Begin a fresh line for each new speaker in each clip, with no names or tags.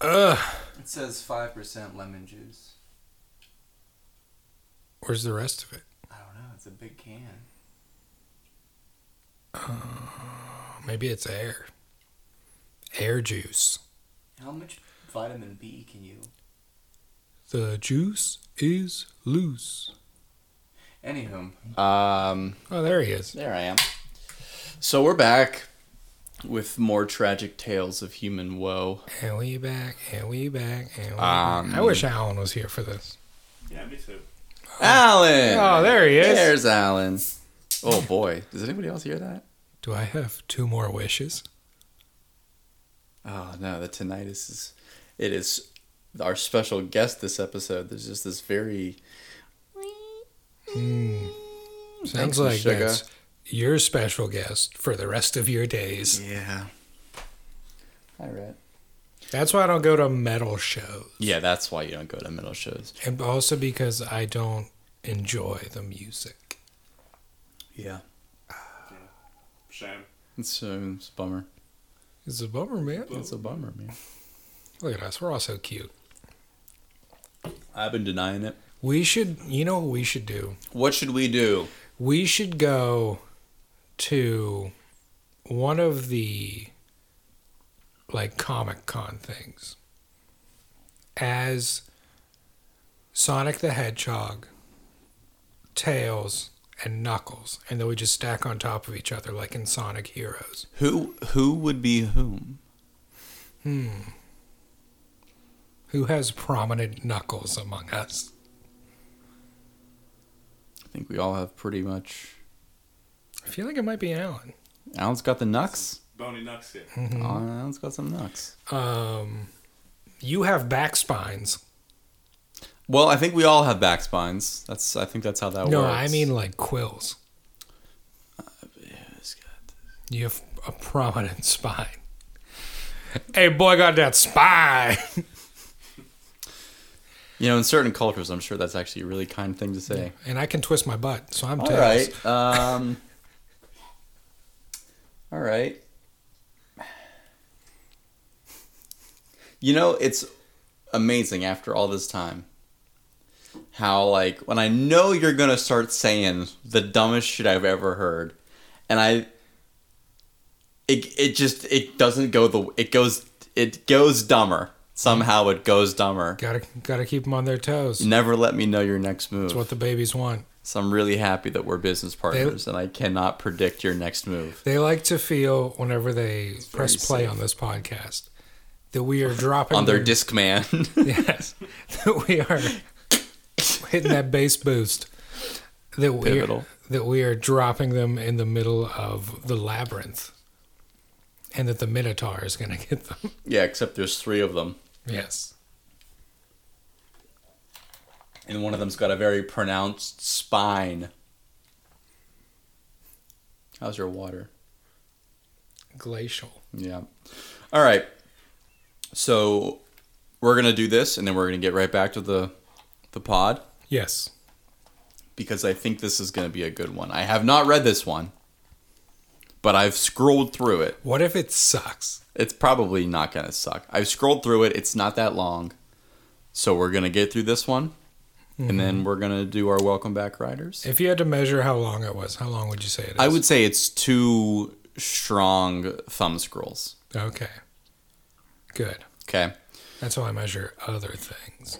Ugh.
It says 5% lemon juice.
Where's the rest of it?
I don't know. It's a big can.
Maybe it's air. Air juice.
How much vitamin B can you?
The juice is loose.
Anywho, um,
Oh, there he is.
there I am.
So we're back with more tragic tales of human woe.
And we back, and we back, and we
Um,
back. I wish Alan was here for this.
Yeah, me too.
Alan.
Oh, there he is.
There's Alan. Oh boy, does anybody else hear that?
Do I have two more wishes?
Oh no, the tinnitus is. It is our special guest this episode. There's just this very.
Sounds
Thanks, Miss
like
Sugar.
that's your special guest for the rest of your days.
Yeah. Hi, Rhett.
That's why I don't go to metal shows.
Yeah, that's why you don't go to metal shows.
And also because I don't enjoy the music.
Yeah.
Shame.
It's, um, it's a bummer.
It's a bummer, man.
It's a bummer, man.
Look at us. We're all so cute.
I've been denying it.
We should, you know what we should do?
What should we do?
We should go to one of the like Comic Con things as Sonic the Hedgehog, Tails, and Knuckles. And then we just stack on top of each other like in Sonic Heroes.
Who who would be whom?
Who has prominent knuckles among us?
I think we all have pretty much.
I feel like it might be Alan.
Alan's got the knucks.
Bony Nux here.
Oh, Alan's got some knucks.
Um, you have back spines.
Well, I think we all have back spines. That's I think that's how that
no,
works.
I mean like quills. You have a prominent spine. Hey, boy, got that spine.
you know, in certain cultures, I'm sure that's actually a really kind thing to say.
and I can twist my butt, so I'm
All
Tails.
right. Um. all right. You know, it's amazing after all this time how like when I know you're gonna start saying the dumbest shit I've ever heard, and I it it just it doesn't go the it goes it goes dumber somehow it goes dumber.
Gotta, gotta keep them on their toes.
Never let me know your next move.
That's what the babies want.
So I'm really happy that we're business partners, and I cannot predict your next move.
They like to feel whenever they press
very
play
safe.
on this podcast that we are dropping
On their
their-
disc man.
yes, that we are hitting that bass boost. That we
Pivotal.
that we are dropping them in the middle of the labyrinth, and that the Minotaur is going to get them.
yeah, except there's three of them,
Yes,
and one of them's got a very pronounced spine. How's your water?
glacial.
Yeah. All right. So we're gonna do this, and then we're gonna get right back to the the pod
Yes,
because I think this is gonna be a good one. I have not read this one, but I've scrolled through it.
what if it sucks?
it's probably not gonna suck. I've scrolled through it. It's not that long, so we're gonna get through this one, and then we're gonna do our welcome back riders.
If you had to measure how long it was, how long would you say it is?
I would say it's two strong thumb scrolls.
Okay, good.
Okay.
That's how I measure other things.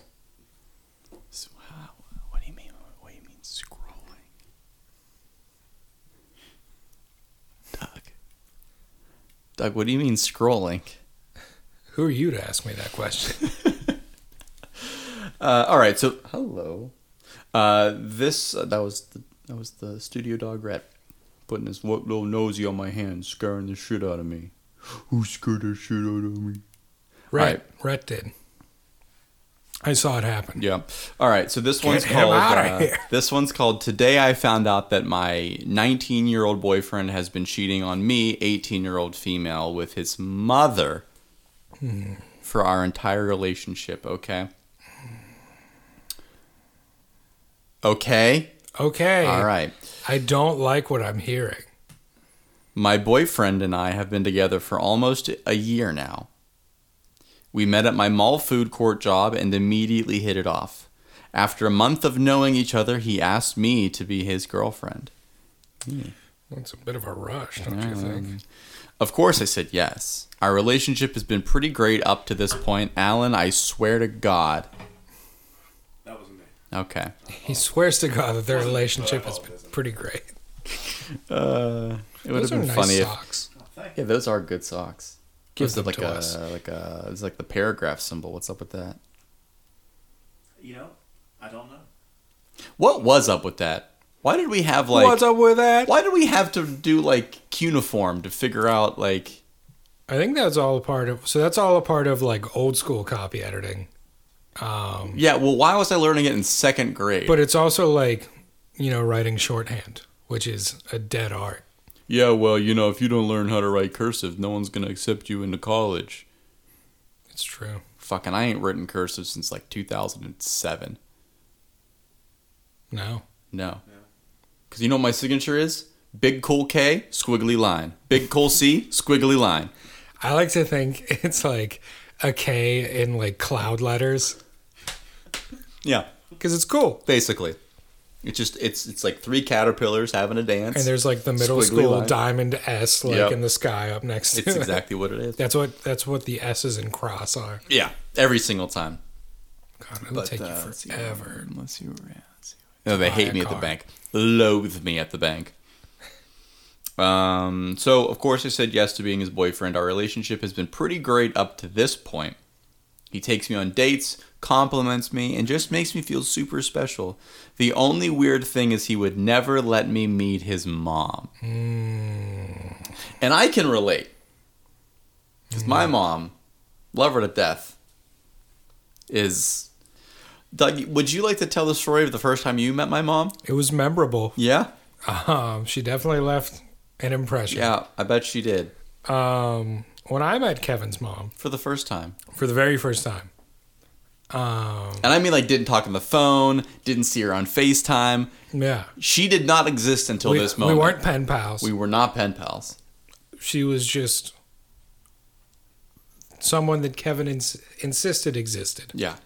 So, wow, uh, what do you mean? What do you mean scrolling? Doug. Doug, what do you mean scrolling?
Who are you to ask me that question?
Uh, all right. So hello. Uh, this that was the, that was the studio dog rat putting his wo- little nosy on my hand, scaring the shit out of me. Who scared the shit out of me?
Right, Rhett did. I saw it happen.
Yeah. All right. So this one's
him
called.
outta
uh,
here.
This one's called. Today I found out that my 19-year-old boyfriend has been cheating on me, 18-year-old female, with his mother
Hmm.
for our entire relationship. Okay. Okay.
Okay.
All right.
I don't like what I'm hearing.
My boyfriend and I have been together for almost a year now. We met at my mall food court job and immediately hit it off. After a month of knowing each other, he asked me to be his girlfriend.
That's a bit of a rush, don't you think?
Of course, I said yes. Our relationship has been pretty great up to this point. Alan, I swear to God.
That wasn't me.
Okay.
He swears to God that their relationship
but I
has been
apologize.
pretty great.
Uh, it would have
Those are
been
nice
funny if
socks.
Oh, thank
Yeah,
you.
those are good socks.
Give
Gives it
them
like
to
a
us.
like a it's like the paragraph symbol. What's up with that?
You know, I don't know.
What was up with that? Why did we have like
What's up with that?
why did we have to do like cuneiform to figure out like
I think that's all a part of. So that's all a part of like old school copy editing. Um,
yeah, well why was I learning it in second grade?
but it's also like, you know, writing shorthand, which is a dead art.
yeah, well, you know, if you don't learn how to write cursive, no one's going to accept you into college.
It's true.
Fucking I ain't written cursive since like 2007.
No.
No. Cuz you know what my signature is? Big cool K, squiggly line. Big cool C, squiggly line.
I like to think it's like a K in like cloud letters
Yeah.
because it's cool.
basically. It's just it's it's like three caterpillars having a dance.
And there's like the middle
Squiggly
school
line.
diamond S like
Yep.
in the sky up next to
it's
it.
exactly what it is.
That's what that's what the S's in cross are.
Yeah, every single time.
God, it'll take you
uh,
forever.
Unless you were No, they
buy a
hate me at the
car.
bank. Loathe me at the bank. Um, so of course I said yes to being his boyfriend. Our relationship has been pretty great up to this point. He takes me on dates, compliments me, and just makes me feel super special. The only weird thing is he would never let me meet his mom.
Hmm.
And I can relate. Because my mom, love her to death, is. Doug, would you like to tell the story of the first time you met my mom?
It was memorable.
Yeah?
Um, she definitely left an impression.
Yeah, I bet she did.
Um, when I met Kevin's mom
For the first time.
for the very first time, um,
And I mean, like, didn't talk on the phone, didn't see her on FaceTime.
yeah,
She did not exist until
we,
this
we
moment.
weren't pen pals.
We were not pen pals.
she was just someone that Kevin ins- insisted existed,
Yeah,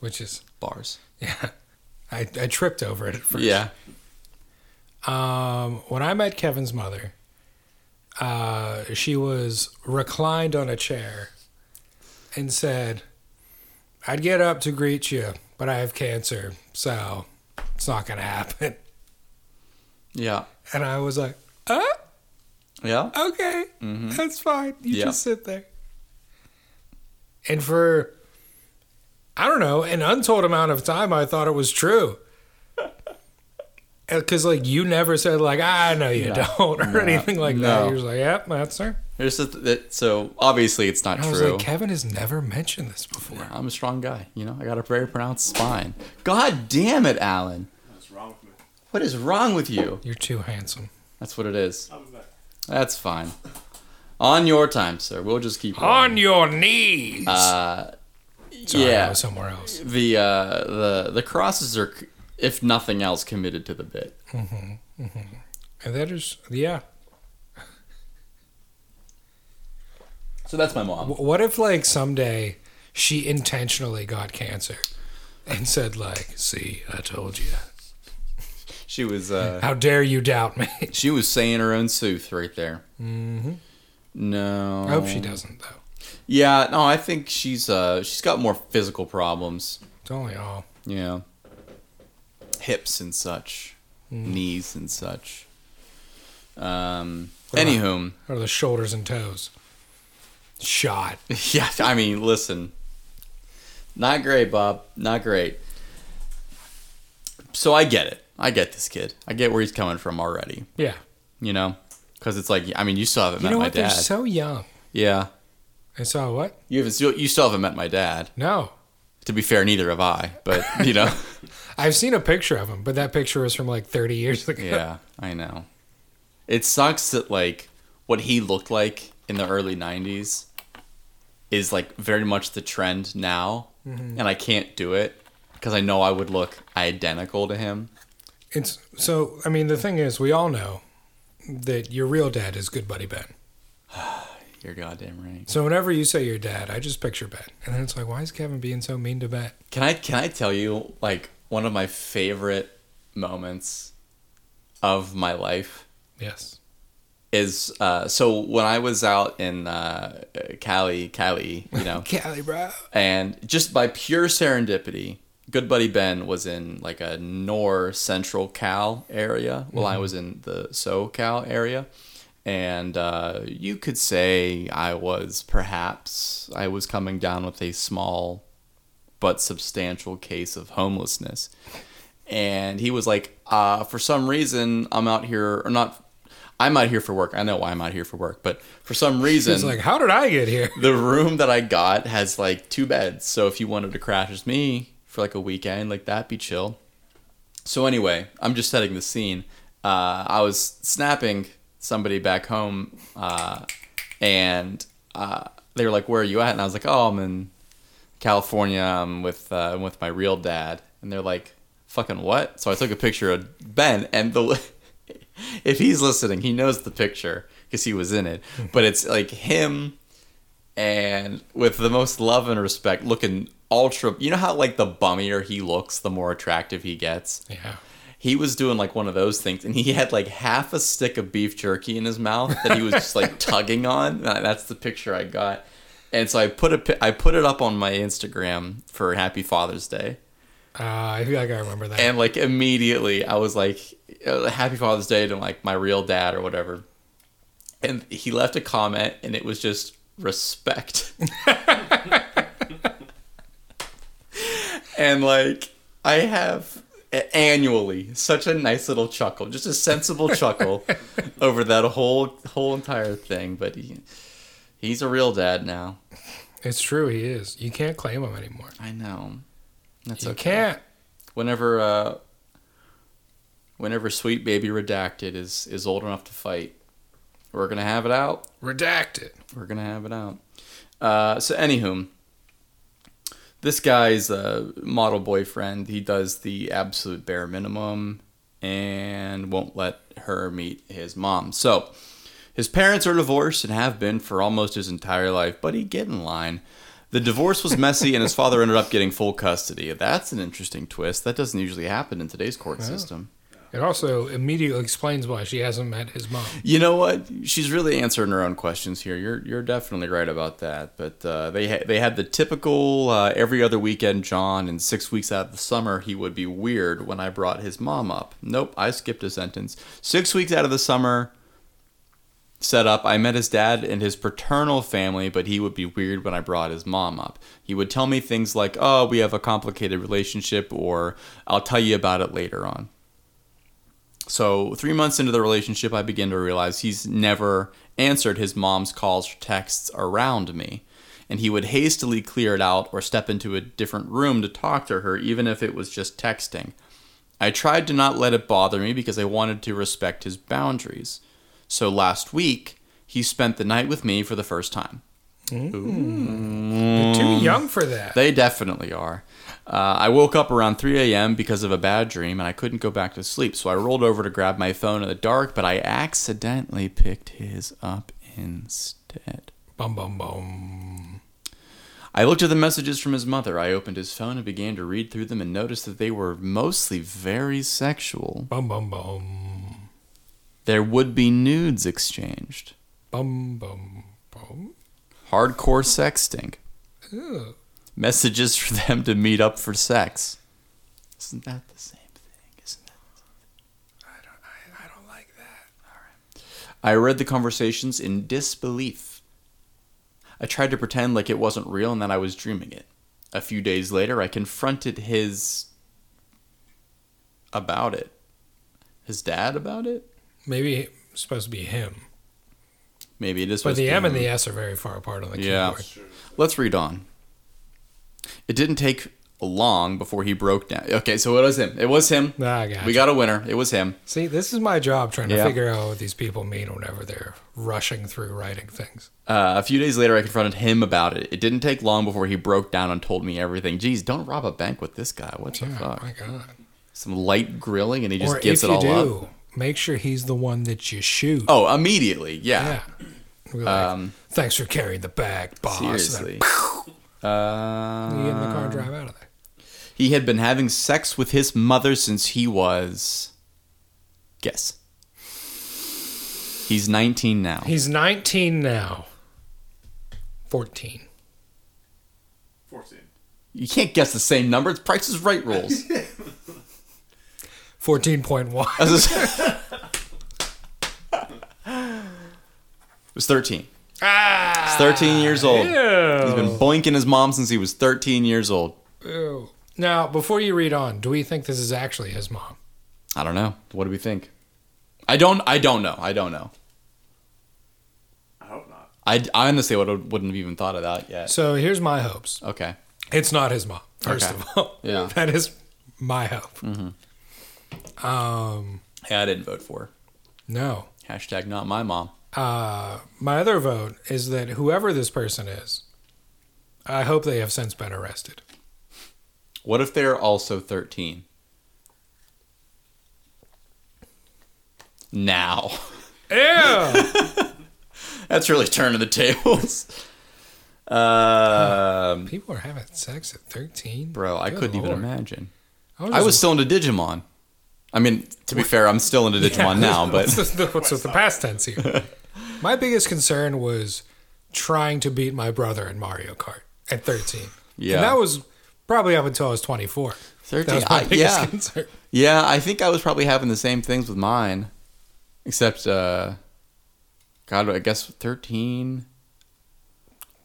which is
bars.
yeah. I, I tripped over it at first.
Yeah.
Um, when I met Kevin's mother, uh, she was reclined on a chair and said, I'd get up to greet you, but I have cancer, so it's not going to happen.
Yeah.
And I was like, oh,
Yeah.
okay, that's fine. You
Mm-hmm. Yeah.
just sit there. And for, I don't know, an untold amount of time, I thought it was true. Because, like, you never said, like, I know you
No.
don't, or
No.
anything like that.
No.
You were just like, yep, that's her.
There's a th- that, so obviously it's not
And I was
true.
like, Kevin has never mentioned this before.
I'm a strong guy. You know, I got a very pronounced spine. God damn it, Alan.
What's wrong with me?
What is wrong with you?
You're too handsome.
That's what it is.
I'll be back.
That's fine. On your time, sir. We'll just keep
On your knees.
Uh,
Sorry, I
yeah.
was somewhere else.
The uh, the the crosses are, c- if nothing else, committed to the bit.
And that is, yeah.
So that's my mom.
W- What if like someday she intentionally got cancer and said like, "See, I told you.
She was uh,
How dare you doubt me?"
she was saying her own sooth right there. Mm-hmm. No.
I hope she doesn't though.
Yeah. No, I think she's uh she's got more physical problems.
It's only all.
you know, hips and such,
Mm.
knees and such. Um,
about-
anywho,
Or the shoulders and toes. Shot.
yeah, I mean, listen, not great, Bob, not great. So I get it. I get this kid. I get where he's coming from already.
Yeah.
You know, because it's like, I mean, you still haven't
You
met
know
my
what? They're
dad.
so young.
yeah,
I saw what?
you haven't still you still haven't met my dad.
No.
To be fair, neither have I. But you know,
I've seen a picture of him, but that picture was from like 30 years ago.
Yeah, I know. It sucks that like what he looked like in the early '90s is like very much the trend now, and I can't do it because I know I would look identical to him.
It's so. I mean, the thing is, we all know that your real dad is good buddy Ben.
You're goddamn right.
So whenever you say your dad, I just picture Ben. And then it's like, why is Kevin being so mean to Ben?
Can I can I tell you like one of my favorite moments of my life
Yes.
is uh, so when I was out in uh, Cali, Cali, you know,
Cali, bro.
and just by pure serendipity, good buddy Ben was in like a nor central Cal area. Well, I was in the SoCal area, and uh, you could say I was perhaps I was coming down with a small but substantial case of homelessness. And he was like, uh, for some reason, I'm out here, or not, I'm out here for work. I know why I'm out here for work, but for some reason,
It's like, how did I get here?
the room that I got has like two beds. So if you wanted to crash with me for like a weekend, like that'd be chill. So anyway, I'm just setting the scene. Uh, I was snapping somebody back home, uh, and uh, they were like, "Where are you at?" And I was like, "Oh, I'm in California. I'm with uh, I'm with my real dad." And they're like, "Fucking what?" So I took a picture of Ben, and the if he's listening, he knows the picture because he was in it. But it's like him and with the most love and respect, looking ultra. You know how like the bummier he looks, the more attractive he gets.
Yeah.
He was doing like one of those things, and he had like half a stick of beef jerky in his mouth that he was just like tugging on. Uh, That's the picture I got, and so I put a pi- I put it up on my Instagram for Happy Father's Day.
Uh, I feel like I remember that.
And like immediately, I was like, uh, "Happy Father's Day" to like my real dad or whatever. And he left a comment, and it was just respect. and like I have a- annually such a nice little chuckle, just a sensible chuckle over that whole whole entire thing. But he, he's a real dad now.
it's true, he is. You can't claim him anymore.
I know. That's
you
okay.
can't.
whenever uh whenever sweet baby redacted is is old enough to fight we're gonna have it out
Redact it.
we're gonna have it out uh so anywho this guy's a model boyfriend he does the absolute bare minimum and won't let her meet his mom so his parents are divorced and have been for almost his entire life but he get in line the divorce was messy, and his father ended up getting full custody. That's an interesting twist. That doesn't usually happen in today's court system.
It also immediately explains why she hasn't met his mom.
You know what? She's really answering her own questions here. You're you're definitely right about that. But uh, they ha- they had the typical uh, every other weekend John, and six weeks out of the summer he would be weird when I brought his mom up. Nope, I skipped a sentence. Six weeks out of the summer. Set up. I met his dad and his paternal family, but he would be weird when I brought his mom up. He would tell me things like, "Oh, we have a complicated relationship," or "I'll tell you about it later on." So, three months into the relationship, I begin to realize he's never answered his mom's calls or texts around me. And he would hastily clear it out or step into a different room to talk to her, even if it was just texting. I tried to not let it bother me because I wanted to respect his boundaries. So, last week, he spent the night with me for the first time.
You're too young for that.
They definitely are. Uh, I woke up around 3 a.m. because of a bad dream and I couldn't go back to sleep, so I rolled over to grab my phone in the dark, but I accidentally picked his up instead.
Bum, bum, bum.
I looked at the messages from his mother. I opened his phone and began to read through them and noticed that they were mostly very sexual.
Bum, bum, bum.
There would be nudes exchanged,
Bum, bum, bum.
hardcore sexting,
Ew.
messages for them to meet up for sex. Isn't that the same thing? Isn't that?
I don't like that.
I read the conversations in disbelief. I tried to pretend like it wasn't real and that I was dreaming it. A few days later, I confronted his. about it. His dad about it?
Maybe it's supposed to be him.
Maybe it is. supposed
But
to
the
be
M and
him.
the S are very far apart on the
Yeah.
keyboard.
Sure.
Let's read on. It didn't take long before he broke down. Okay, so it was him. It was him.
Ah, I gotcha.
We got a winner. It was him.
See, this is my job trying to
Yeah.
figure out what these people mean whenever they're rushing through writing things.
Uh, a few days later, I confronted him about it. It didn't take long before he broke down and told me everything. Geez, don't rob a bank with this guy. What the
Yeah,
fuck?
Oh my God.
some light grilling and he just
or
gives
if
it
you
all
do,
up.
make sure he's the one that you shoot.
Oh, immediately. Yeah.
yeah. We're like,
Um,
Thanks for carrying the bag, boss. And then
seriously.
You get in the
Uh,
car and drive out of there.
he had been having sex with his mother since he was. Guess. He's 19 now.
He's 19 now. 14.
14.
You can't guess the same number. It's Price is Right rules.
14.1.
I was just- it was 13.
Ah!
He's 13 years old.
Ew.
He's been boinking his mom since he was 13 years old.
Ew. Now, before you read on, do we think this is actually his mom?
I don't know. What do we think? I don't. I don't know. I don't know.
I hope not.
I, I honestly would, wouldn't have even thought of that yet.
So here's my hopes.
Okay.
It's not his mom, first
Okay.
of all.
Yeah. Mm.
That is my hope. Um,
Hey, I didn't vote for.
no.
her. Hashtag not my mom.
Uh, my other vote is that whoever this person is, I hope they have since been arrested.
What if they're also 13? Now.
Ew!
That's really turning the tables. Um,
People are having sex at 13?
bro, I
Good
couldn't even
lord.
imagine.
I was,
I was
just-
still into Digimon. I mean, to be fair, I'm still into Digimon now,
What's
but
the, what's with the past tense here? my biggest concern was trying to beat my brother in Mario Kart at 13.
Yeah.
And that was probably up until I was 24. That
13.
was my
I,
biggest
yeah,
concern.
yeah. I think I was probably having the same things with mine, except, uh, God, I guess 13.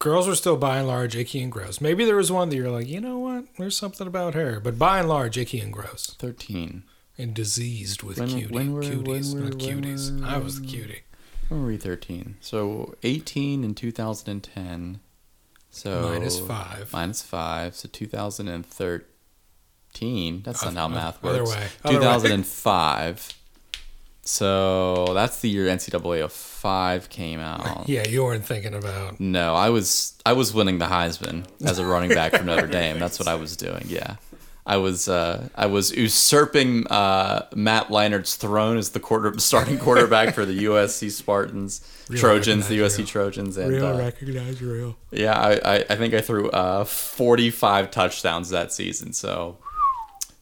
Girls were still by and large icky and gross. Maybe there was one that you're like, you know what? There's something about her. But by and large, icky and gross
13.
and diseased with
When-
cutie.
when were-
cuties,
when were-
not
when
cuties.
were-
I was the cutie.
When were we 13? So 18 in 2010. So
Minus five.
Minus five. So 2013. That's not
Oth-
how
oth-
math
other
works.
way, other way.
2005. So that's the year NCAA 5 came out.
Yeah, you weren't thinking about.
No, I was I was winning the Heisman as a running back from Notre Dame. That's what I was doing. Yeah, I was uh, I was usurping uh, Matt Leinart's throne as the quarter starting quarterback for the USC Spartans,
Real
Trojans, the
recognize
USC
real.
Trojans, and
Real,
uh,
recognize real.
yeah, I, I I think I threw uh, forty five touchdowns that season. So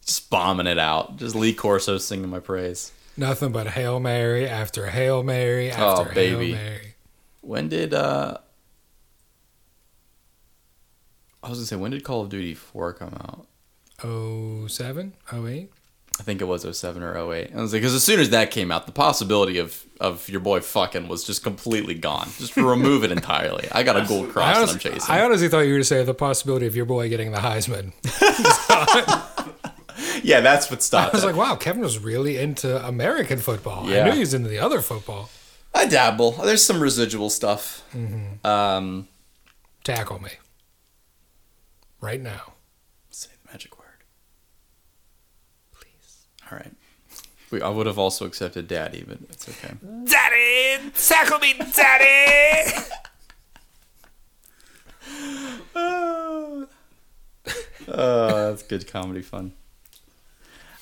just bombing it out, just Lee Corso singing my praise.
Nothing but Hail Mary after Hail Mary after
Oh, baby.
Hail Mary.
When did uh I was gonna say when did Call of Duty four come out?
07, 08?
I think it was 07 or 08. And I was like, because as soon as that came out, the possibility of of your boy fucking was just completely gone. Just remove it entirely. I got a gold cross
I,
that I'm
honest-
chasing.
I honestly thought you were going to say the possibility of your boy getting the Heisman.
yeah, that's what
I
stopped. I,
was like, wow, Kevin was really into American football. I
Yeah.
knew he was into the other football.
I dabble. There's some residual stuff. Um,
Tackle me. Right now.
say the magic word, please. All right. We, I would have also accepted daddy, but it's okay.
Daddy! Tackle me, daddy!
Oh, that's good comedy fun.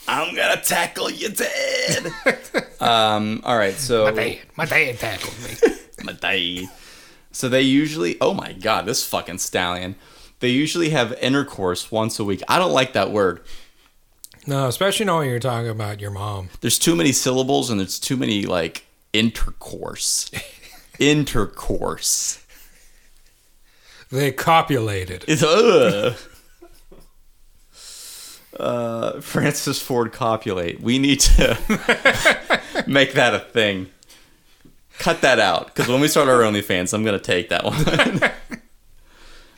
I'm gonna tackle you dead. um, all right, so
dad, my dad tackled me.
my day. So they usually, oh my god, this fucking stallion. They usually have intercourse once a week. I don't like that word.
no, especially knowing you're talking about your mom.
There's too many syllables and there's too many like intercourse. intercourse.
They copulated.
It's ugh. Uh, Francis Ford copulate. We need to make that a thing. Cut that out, because when we start our OnlyFans, I'm gonna take that one,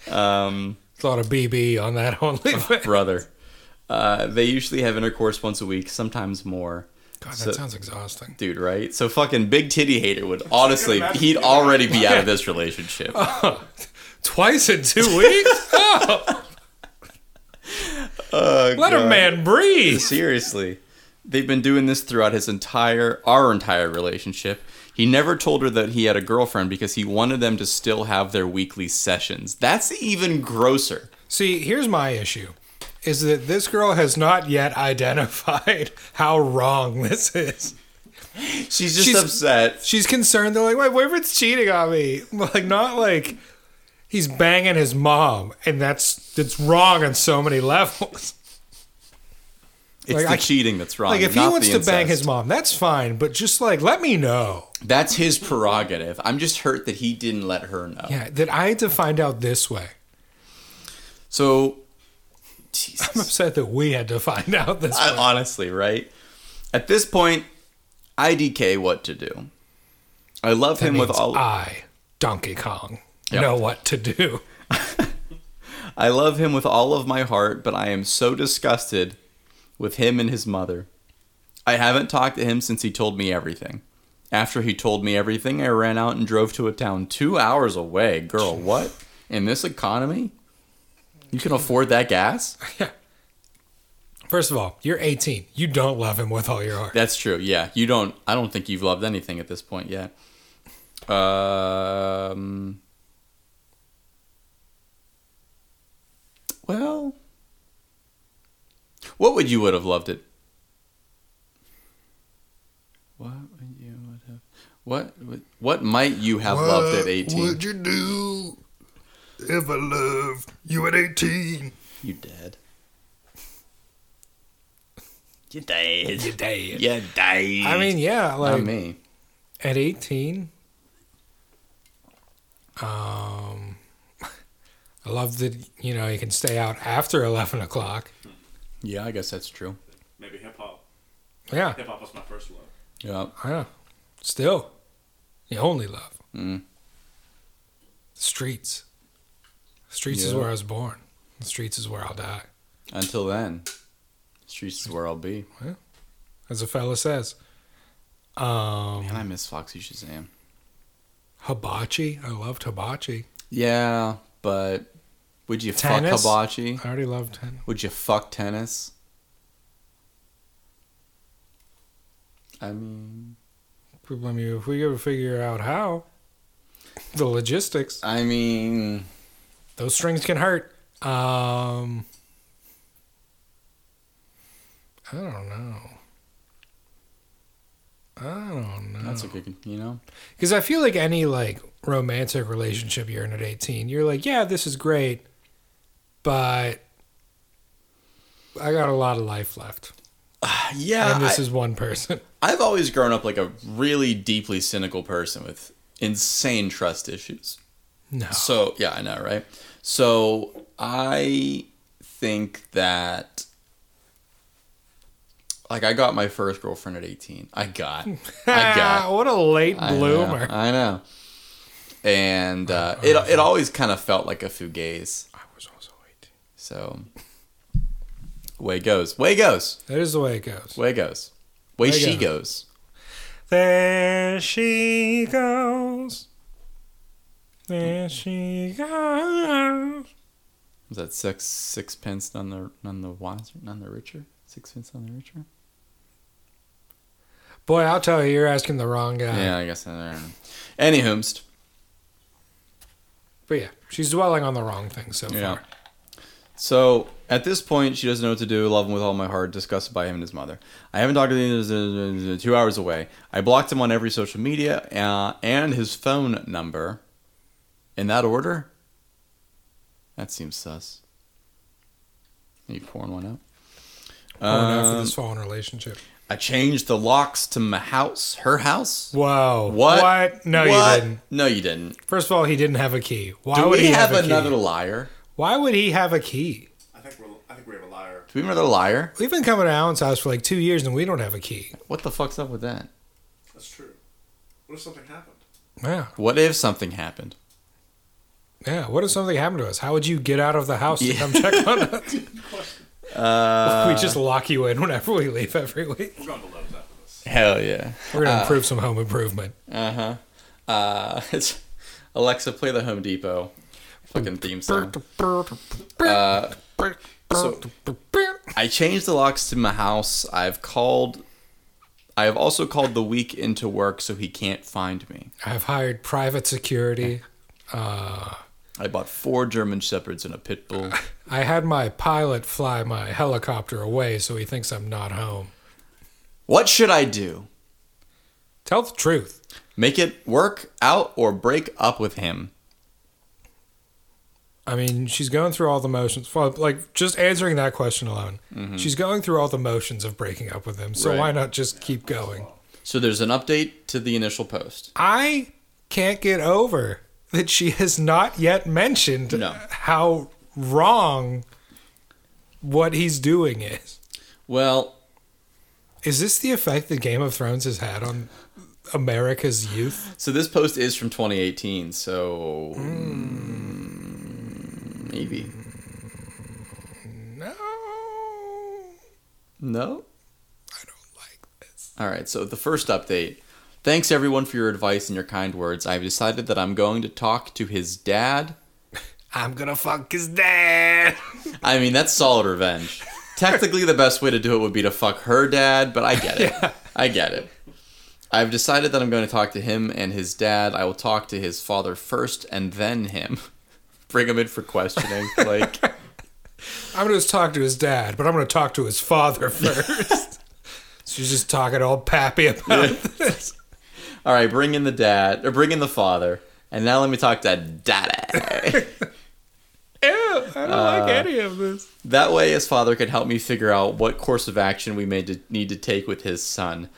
It's a lot of BB on that only. God,
brother. Uh, they usually have intercourse once a week, sometimes more.
that
So-
sounds exhausting.
Dude, right? So fucking big titty hater would honestly, he'd already be out of this relationship.
Twice in two weeks? Oh,
Uh,
let
God.
a man breathe.
Seriously. They've been doing this throughout his entire our entire relationship. He never told her that he had a girlfriend because he wanted them to still have their weekly sessions. That's even grosser.
See, here's my issue is that this girl has not yet identified how wrong this is.
She's just
She's-
upset.
She's concerned. They're like, my boyfriend's cheating on me. Like, not like he's banging his mom, and that's that's wrong on so many levels.
It's
Like,
the
I-
cheating that's wrong.
Like, if he
not
wants
the
to bang
incest.
his mom, that's fine. But just like, let me know.
that's his prerogative. I'm just hurt that he didn't let her know.
Yeah, that I had to find out this way.
So,
I'm
Jesus.
upset that we had to find out this
I,
way.
honestly, right? At this point, IDK what to do. I love
That
him with
means
all.
I, Donkey Kong,
Yep.
know what to do.
I love him with all of my heart, but I am so disgusted with him and his mother. I haven't talked to him since he told me everything. After he told me everything, I ran out and drove to a town two hours away. Girl, what? In this economy? You can afford that gas?
First of all, you're 18. You don't love him with all your heart.
That's true. Yeah, you don't. I don't think you've loved anything at this point yet. Um. Well, what would you would have loved it? What would you would have? What would- what might you have loved at eighteen?
you do if I loved you at 18?
You dead. You dead.
You dead.
You dead.
I mean, yeah,
not
like
me.
at 18, um, I love that, you know, you can stay out after 11 o'clock.
Yeah, I guess that's true.
Maybe hip hop.
Yeah,
Hip hop was my first love.
Yeah.
yeah. Still, the only love.
Mm.
Streets. Streets is
Yeah.
where I was born. The streets is where I'll die.
Until then, streets is where I'll be.
As a fella says. Um,
Man, I miss Foxy Shazam.
hibachi. I loved hibachi.
Yeah, but would you
Tennis?
fuck hibachi?
I already loved him.
Would you fuck tennis? I mean,
I mean, if we ever figure out how, the logistics,
I mean,
those strings can hurt. Um, I don't know. I don't know.
that's a good, you know.
Because I feel like any like romantic relationship you're in at 18, you're like, yeah, this is great, but I got a lot of life left,
Yeah,
and this is one person.
I've always grown up like a really deeply cynical person with insane trust issues.
No,
So yeah, I know, right? So I think that like I got my first girlfriend at eighteen. I got, I got
what a late
I know,
bloomer.
I know, and uh, it it always kind of felt like a fugaze.
I was also 18.
So way goes, way goes,
That is the way it goes.
way goes, way,
Way
she
goes.
goes.
There she goes. There she goes.
Was that six sixpence none the none the wiser none the richer? Sixpence none the richer.
Boy, I'll tell you, you're asking the wrong guy.
Yeah, I guess. I don't know. Anywhoomst.
But yeah, she's dwelling on the wrong thing so
Yeah.
far.
So at this point, she doesn't know what to do. Love him with all my heart. Disgusted by him and his mother. I haven't talked to him two hours away. I blocked him on every social media uh, and his phone number. In that order. That seems sus. Are you pouring one out?
Oh, no, for
Um,
this fallen relationship.
I changed the locks to my house, her house.
Whoa.
What?
What?
What?
No, you didn't.
No, you didn't.
First of all, he didn't have a key. Why
Do
would
we
he have,
have,
a
another
Key?
liar?
Why would he have a key?
I think we're I think we have a liar.
Do we have another liar?
We've been coming to Alan's house for like two years and we don't have a key.
What the fuck's up with that?
That's true. What if something happened?
Yeah.
What if something happened?
Yeah. What if something happened to us? How would you get out of the house
Yeah.
to come check on us?
Uh,
we just lock you in whenever we leave every week.
We're going to love after this.
hell yeah.
We're gonna improve some home improvement.
Uh-huh. Uh It's Alexa, play the Home Depot fucking theme song. Uh, so I changed the locks to my house. I've called. I have also called the week into work, so he can't find me.
I've hired private security. Uh,
I bought four German shepherds and a pit bull.
I had my pilot fly my helicopter away so he thinks I'm not home.
What should I do?
Tell the truth.
Make it work out or break up with him.
I mean, she's going through all the motions. Well, like just answering that question alone, she's going through all the motions of breaking up with him. So
Mm-hmm. Right.
why not just keep going?
So there's an update to the initial post.
I can't get over that she has not yet mentioned
No.
how wrong what he's doing is.
Well,
Is this the effect that Game of Thrones has had on America's youth?
so this post is from 2018, so mm, maybe.
No,
No?
I don't like this.
All right, so the first update. Thanks everyone for your advice and your kind words. I've decided that I'm going to talk to his dad.
I'm gonna fuck his dad.
I mean, that's solid revenge. Technically, the best way to do it would be to fuck her dad, but I get it. I get it. I've decided that I'm going to talk to him and his dad. I will talk to his father first and then him. Bring him in for questioning. Like,
I'm gonna just talk to his dad, but I'm gonna talk to his father first. She's just talking all pappy about this.
all right, bring in the dad, or bring in the father, and now let me talk to daddy.
Ew, I don't like any of this.
That way, his father could help me figure out what course of action we may de- need to take with his son.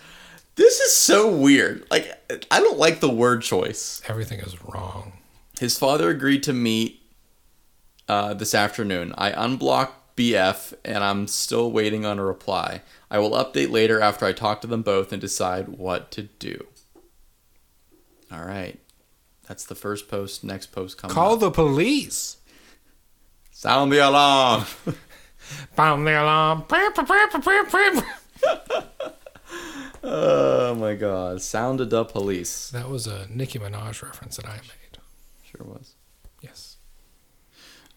This is so weird. Like, I don't like the word choice.
Everything is wrong.
His father agreed to meet uh, this afternoon. I unblocked BF and I'm still waiting on a reply. I will update later after I talk to them both and decide what to do. All right. That's the first post. Next post coming.
Call
up.
the police.
Sound the alarm.
Pound the alarm. Pew, pew, pew, pew, pew, pew.
oh my god. Sounded the police.
That was a Nicki Minaj reference that I made.
Sure was.
Yes.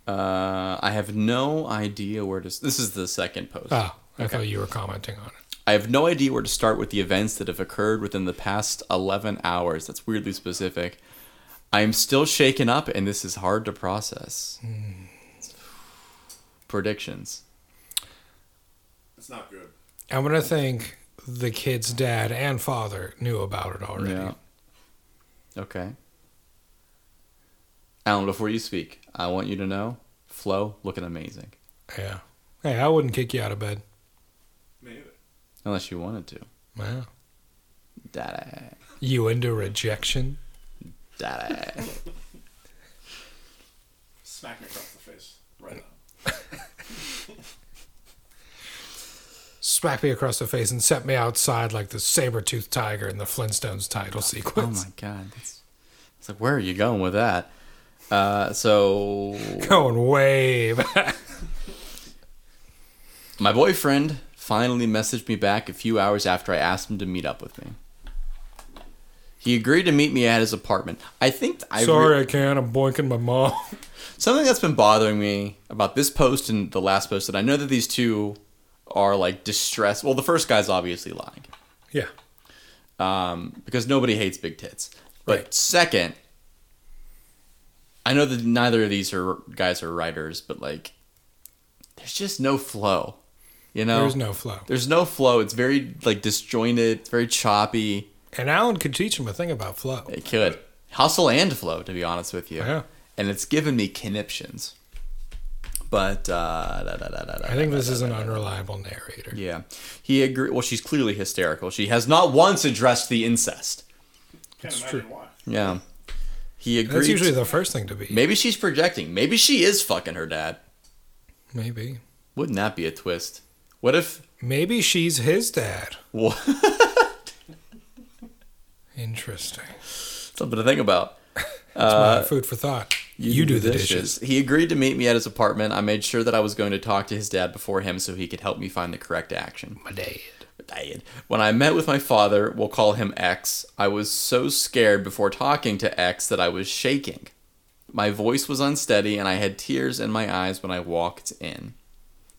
Uh, I have no idea where to. s- This is the second post.
Oh, I thought you were commenting on it.
I have no idea where to start with the events that have occurred within the past 11 hours. That's weirdly specific. I am still shaken up, and this is hard to process. Predictions.
It's not good.
I'm gonna think the kid's dad and father knew about it already.
Yeah. Okay. Alan, before you speak, I want you to know Flo looking amazing.
Yeah. Hey, I wouldn't kick you out of bed.
Me either.
Unless you wanted to.
Wow.
Daddy.
You into rejection?
Daddy.
Smack me across the face right now.
smack me across the face and set me outside like the saber-toothed tiger in the Flintstones title
Oh
sequence.
my god. That's, it's like, where are you going with that? Uh, so.
Going way back.
My boyfriend finally messaged me back a few hours after I asked him to meet up with me. He agreed to meet me at his apartment. I think I re-
Sorry, I can't. I'm boinking my mom.
something that's been bothering me about this post and the last post, and I know that these two are like distressed. Well, the first guy's obviously lying
yeah.
um, because nobody hates big tits. But
Right.
second, I know that neither of these are guys are writers, but like, there's just no flow. You know,
There's no flow.
There's no flow. It's very like disjointed. It's very choppy.
And Alan could teach him a thing about flow.
It could hustle and flow, to be honest with you.
Yeah.
And it's given me conniptions. But uh, da, da, da, da, da,
I think
da,
this
da,
is
da,
an
da.
unreliable narrator.
Yeah, he agree. Well, she's clearly hysterical. She has not once addressed the incest.
Can't
It's
imagine
true.
why.
Yeah, he agreed.
That's usually the first thing to be.
Maybe she's projecting. Maybe she is fucking her dad.
Maybe.
Wouldn't that be a twist? What if?
Maybe she's his dad.
What?
Interesting.
Something to think about.
That's my food for thought. Uh, You, do, the dishes.
He agreed to meet me at his apartment. I made sure that I was going to talk to his dad before him so he could help me find the correct action.
My dad.
Dad. When I met with my father, we'll call him X, I was so scared before talking to X that I was shaking. My voice was unsteady and I had tears in my eyes when I walked in.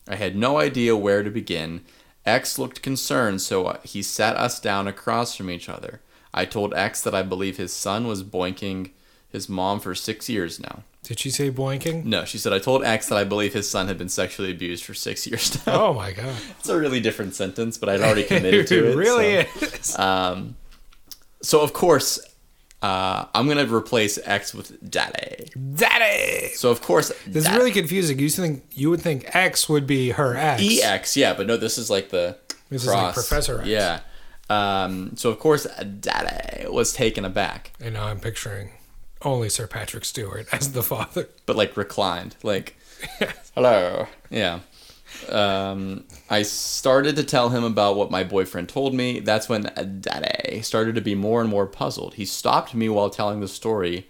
I had no idea where to begin. X looked concerned, so uh, he sat us down across from each other. I told X that I believe his son was boinking his mom for six years now.
Did she say boinking?
No, she said, I told X that I believe his son had been sexually abused for six years now.
Oh my god.
It's a really different sentence, but I'd already committed to it.
really
so.
is.
Um, So of course, uh, I'm gonna replace X with daddy.
Daddy.
So of course,
This is
da-
really confusing. You think you would think X would be her ex?
EX. Yeah, but no, this is like the
This is like
cross.
Professor X.
Yeah. Um, so of course, daddy was taken aback,
And now I'm picturing only Sir Patrick Stewart as the father.
but like reclined, like hello. Yeah. Um, I started to tell him about what my boyfriend told me. That's when Daddy started to be more and more puzzled. He stopped me while telling the story.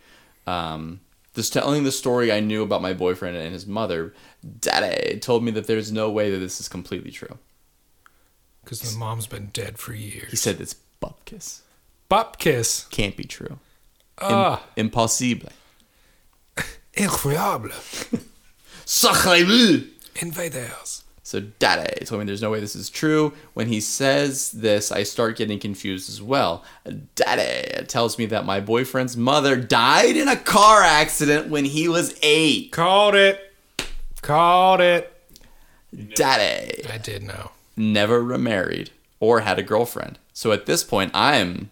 Um, just telling the story I knew about my boyfriend and his mother. Daddy told me that there's no way that this is completely true.
Because the mom's been dead for
He
years.
said it's bupkis.
Bop kiss.
Can't be true.
Ah,
Impossible.
incroyable.
Sacre bleu!
Invaders.
So Daddy told me there's no way this is true. When he says this, I start getting confused as well. Daddy tells me that my boyfriend's mother died in a car accident when he was eight.
Called it. Called it.
Daddy
I did know.
never remarried or had a girlfriend. So at this point, I'm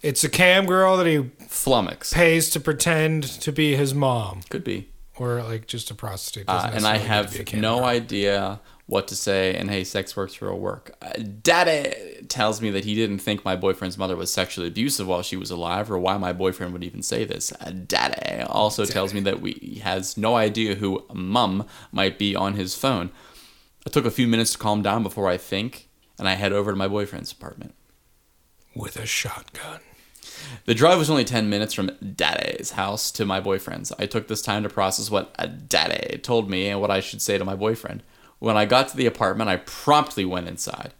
It's a cam girl that he
flummoxed.
pays to pretend to be his mom
Could be.
or like just a prostitute.
Uh,
Doesn't
and I
necessarily need to be a
have
cam
no
girl.
idea what to say. And hey, sex works real work. Uh, Daddy tells me that he didn't think my boyfriend's mother was sexually abusive while she was alive, or why my boyfriend would even say this. Uh, Daddy also tells me that we he has no idea who mum might be on his phone. I took a few minutes to calm down before I think, and I head over to my boyfriend's apartment.
With a shotgun.
The drive was only 10 minutes from Daddy's house to my boyfriend's. I took this time to process what uh, Daddy told me and what I should say to my boyfriend. When I got to the apartment, I promptly went inside.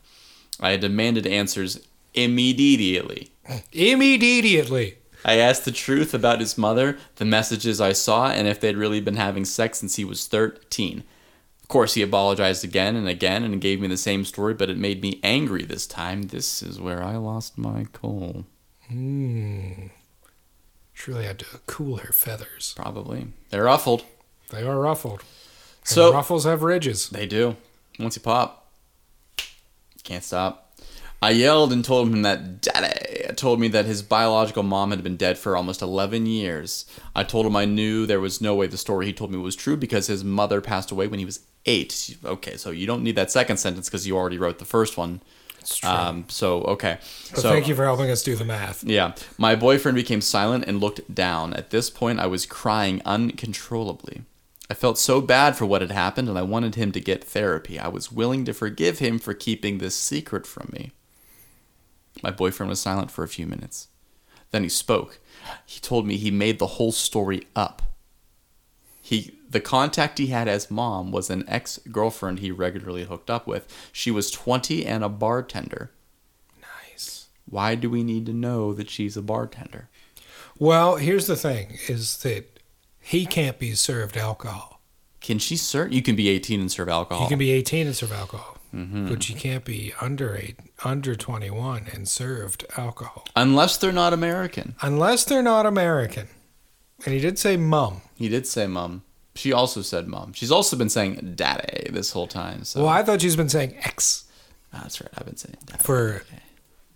I demanded answers immediately.
Immediately.
I asked the truth about his mother, the messages I saw, and if they'd really been having sex since he was 13. Of course, he apologized again and again and gave me the same story, but it made me angry this time. This is where I lost my cool.
She really had to cool her feathers.
Probably. They're ruffled.
They are ruffled. And
So-
ruffles have ridges.
They do. Once you pop, can't stop. I yelled and told him that daddy told me that his biological mom had been dead for almost 11 years. I told him I knew there was no way the story he told me was true because his mother passed away when he was eight. Okay, so you don't need that second sentence because you already wrote the first one.
It's true.
Um, so, okay.
but
so,
thank you for helping us do the math.
yeah. My boyfriend became silent and looked down. At this point, I was crying uncontrollably. I felt so bad for what had happened and I wanted him to get therapy. I was willing to forgive him for keeping this secret from me. My boyfriend was silent for a few minutes. Then he spoke. He told me he made the whole story up. He the contact he had as mom was an ex-girlfriend he regularly hooked up with. She was 20 and a bartender.
Nice.
Why do we need to know that she's a bartender?
Well, here's the thing is that he can't be served alcohol.
Can she serve? You can be 18 and serve alcohol.
You can be 18 and serve alcohol,
Mm-hmm.
but you can't be under eight, under 21 and served alcohol
Unless they're not American.
unless they're not American. And he did say mum.
He did say mom. She also said mom. She's also been saying daddy this whole time. So
Well, I thought she's been saying X
Ah, that's right. I've been saying daddy.
for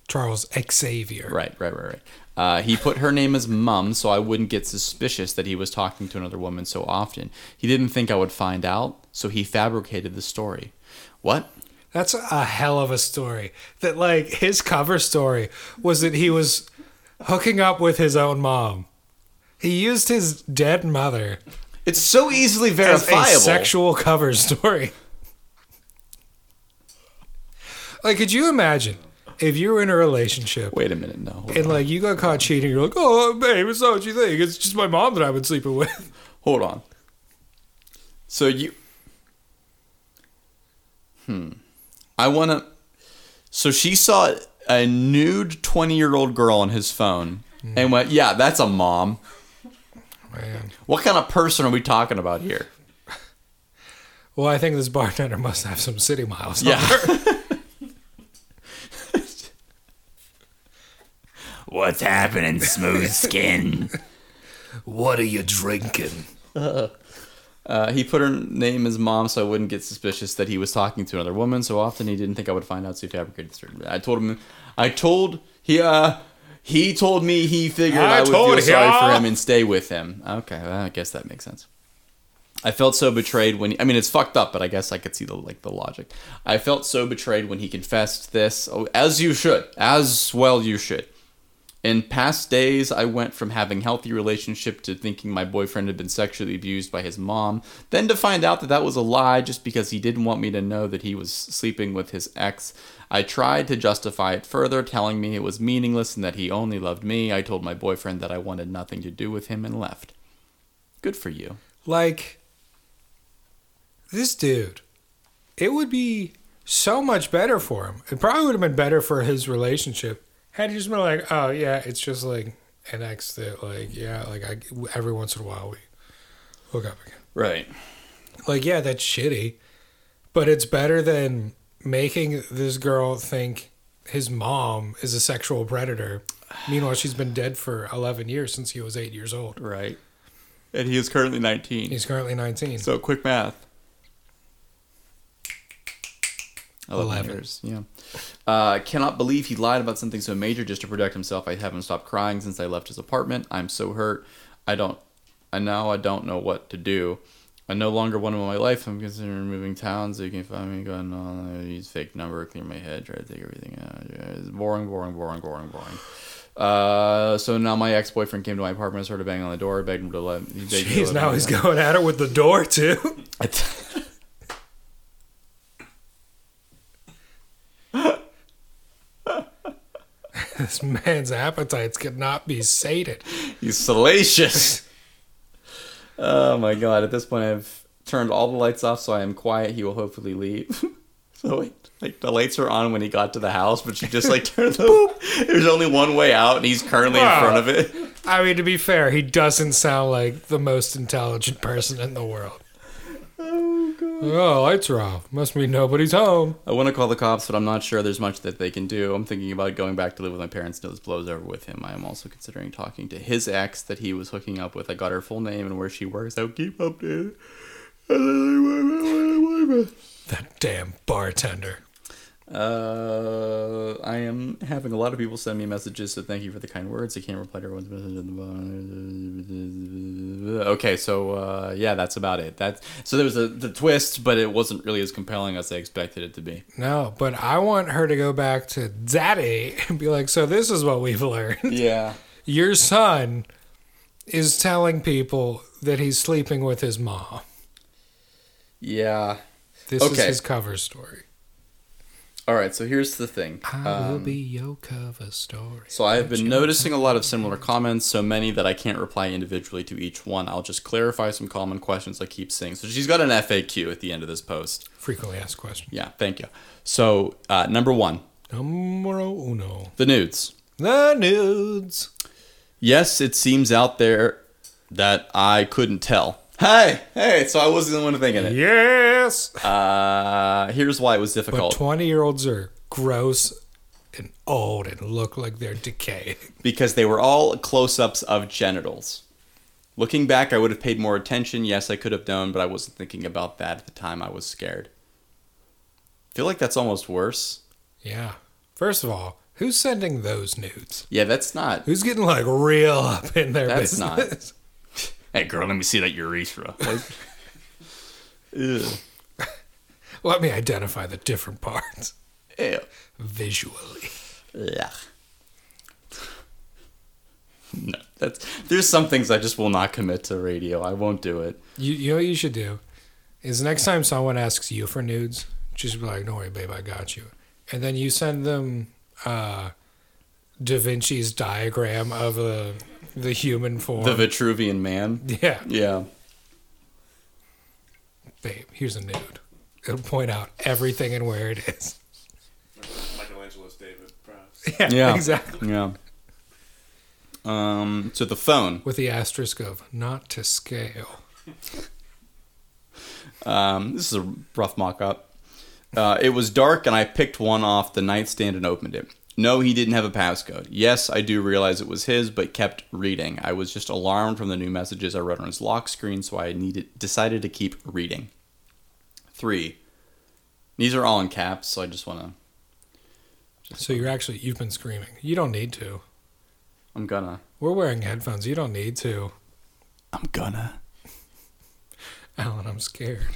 Charles Xavier.
Right, right, right, right. Uh, he put her name as mum so I wouldn't get suspicious that he was talking to another woman so often. He didn't think I would find out, so he fabricated the story. What?
That's a hell of a story. That like his cover story was that he was hooking up with his own mom. He used his dead mother
It's so easily
as
verifiable.
a sexual cover story. Like, could you imagine if you were in a relationship
Wait a minute, no. Hold
and
on.
like you got caught cheating? You're like, oh babe, it's not what you think. It's just my mom that I've been sleeping with.
Hold on. So you. Hmm. I want to. So she saw a nude 20 year old girl on his phone and went, Yeah, that's a mom.
Man.
What kind of person are we talking about here?
Well, I think this bartender must have some city miles. on her.
Yeah. What's happening, smooth skin?
What are you drinking?
Uh, he put her name as mom so I wouldn't get suspicious that he was talking to another woman so often he didn't think I would find out so he fabricated the story. I told him I told he uh He told me he figured
I
I, would
told
feel sorry
ya.
for him and stay with him. Okay, well, I guess that makes sense. I felt so betrayed when I mean it's fucked up, but I guess I could see the like the logic. I felt so betrayed when he confessed this, oh, as you should, as well you should. In past days, I went from having healthy relationship to thinking my boyfriend had been sexually abused by his mom, then to find out that that was a lie just because he didn't want me to know that he was sleeping with his ex. I tried to justify it further, telling me it was meaningless and that he only loved me. I told my boyfriend that I wanted nothing to do with him and left. Good for you.
Like, this dude, it would be so much better for him. It probably would have been better for his relationship had he just been like, oh, yeah, it's just like an ex that, like, yeah, like I, every once in a while we hook up again.
Right.
Like, yeah, that's shitty, but it's better than making this girl think his mom is a sexual predator. Meanwhile, she's been dead for 11 years since he was eight years old.
Right. And he is currently 19.
He's currently 19.
So quick math.
Eleven.
years, Yeah. Uh, cannot believe he lied about something so major just to protect himself. I haven't stopped crying since I left his apartment. I'm so hurt. I don't. I now I don't know what to do. I no longer want him in my life. I'm considering moving towns. You can find me. Going on. Use fake number. Clear my head. Try to take everything out. Yeah, it's boring. Boring. Boring. Boring. Boring. Uh, so now my ex-boyfriend came to my apartment, started banging on the door, begged him to let. He begged me to
Jeez,
let
now
him
he's
in.
going at it with the door too.
I t-
this man's appetites could not be sated.
He's salacious. oh my god! At this point, I've turned all the lights off, so I am quiet. He will hopefully leave. so wait, like the lights are on when he got to the house, but you just like turned the. There's only one way out, and he's currently
Wow.
in front of it.
I mean, to be fair, he doesn't sound like the most intelligent person in the world. Oh, God. oh lights are off. Must mean nobody's home.
I want to call the cops, but I'm not sure there's much that they can do. I'm thinking about going back to live with my parents until this blows over with him. I am also considering talking to his ex that he was hooking up with. I got her full name and where she works. I'll keep updated.
That damn bartender.
Uh, I am having a lot of people send me messages, so thank you for the kind words. I can't reply to everyone's message at the bottom. Okay, so uh, yeah, that's about it. That's so there was a the twist, but it wasn't really as compelling as I expected it to be.
No, but I want her to go back to daddy and be like, so this is what we've learned.
Yeah,
Your son is telling people that he's sleeping with his mom.
yeah.
This is
Okay.
his cover story.
All right, so here's the thing.
I will be your cover story.
So I have been noticing a lot of similar comments, so many that I can't reply individually to each one. I'll just clarify some common questions I keep seeing. So she's got an FAQ at the end of this post.
Frequently asked question.
Yeah, thank you. So uh, number one,
Numero uno.
the nudes.
The nudes.
Yes, it seems out there that I couldn't tell. Hey, hey, so I wasn't the one thinking it.
Yes.
Uh, here's why it was
But
difficult.
20 year olds are gross and old and look like they're decaying.
because they were all close ups of genitals. Looking back, I would have paid more attention. Yes, I could have known, but I wasn't thinking about that at the time. I was scared. feel like that's almost worse.
Yeah. First of all, who's sending those nudes?
Yeah, that's not.
Who's getting like real up in their
That's not-
business?
Hey, girl, let me see that urethra. Like, ew.
Let me identify the different parts
Ew.
visually.
Yeah. No, that's there's some things I just will not commit to radio. I won't do it.
You, you know what you should do? Is next time someone asks you for nudes, just be like, don't worry, babe, I got you. And then you send them uh, Da Vinci's diagram of uh, the human form.
The Vitruvian Man.
yeah,
Yeah.
babe, here's a nude. It'll point out everything and where it is.
Michelangelo's David, perhaps.
Yeah,
Yeah.
exactly.
Yeah. Um. So the phone.
With the asterisk of not to scale.
Um. This is a rough mock-up. Uh, it was dark, and I picked one off the nightstand and opened it. No, he didn't have a passcode. Yes, I do realize it was his, but kept reading. I was just alarmed from the new messages I read on his lock screen, so I needed decided to keep reading. Three. These are all in caps, so I just want to.
So you're actually, you've been screaming. You don't need to.
I'm gonna.
We're wearing headphones. You don't need to.
I'm gonna.
Alan, I'm scared.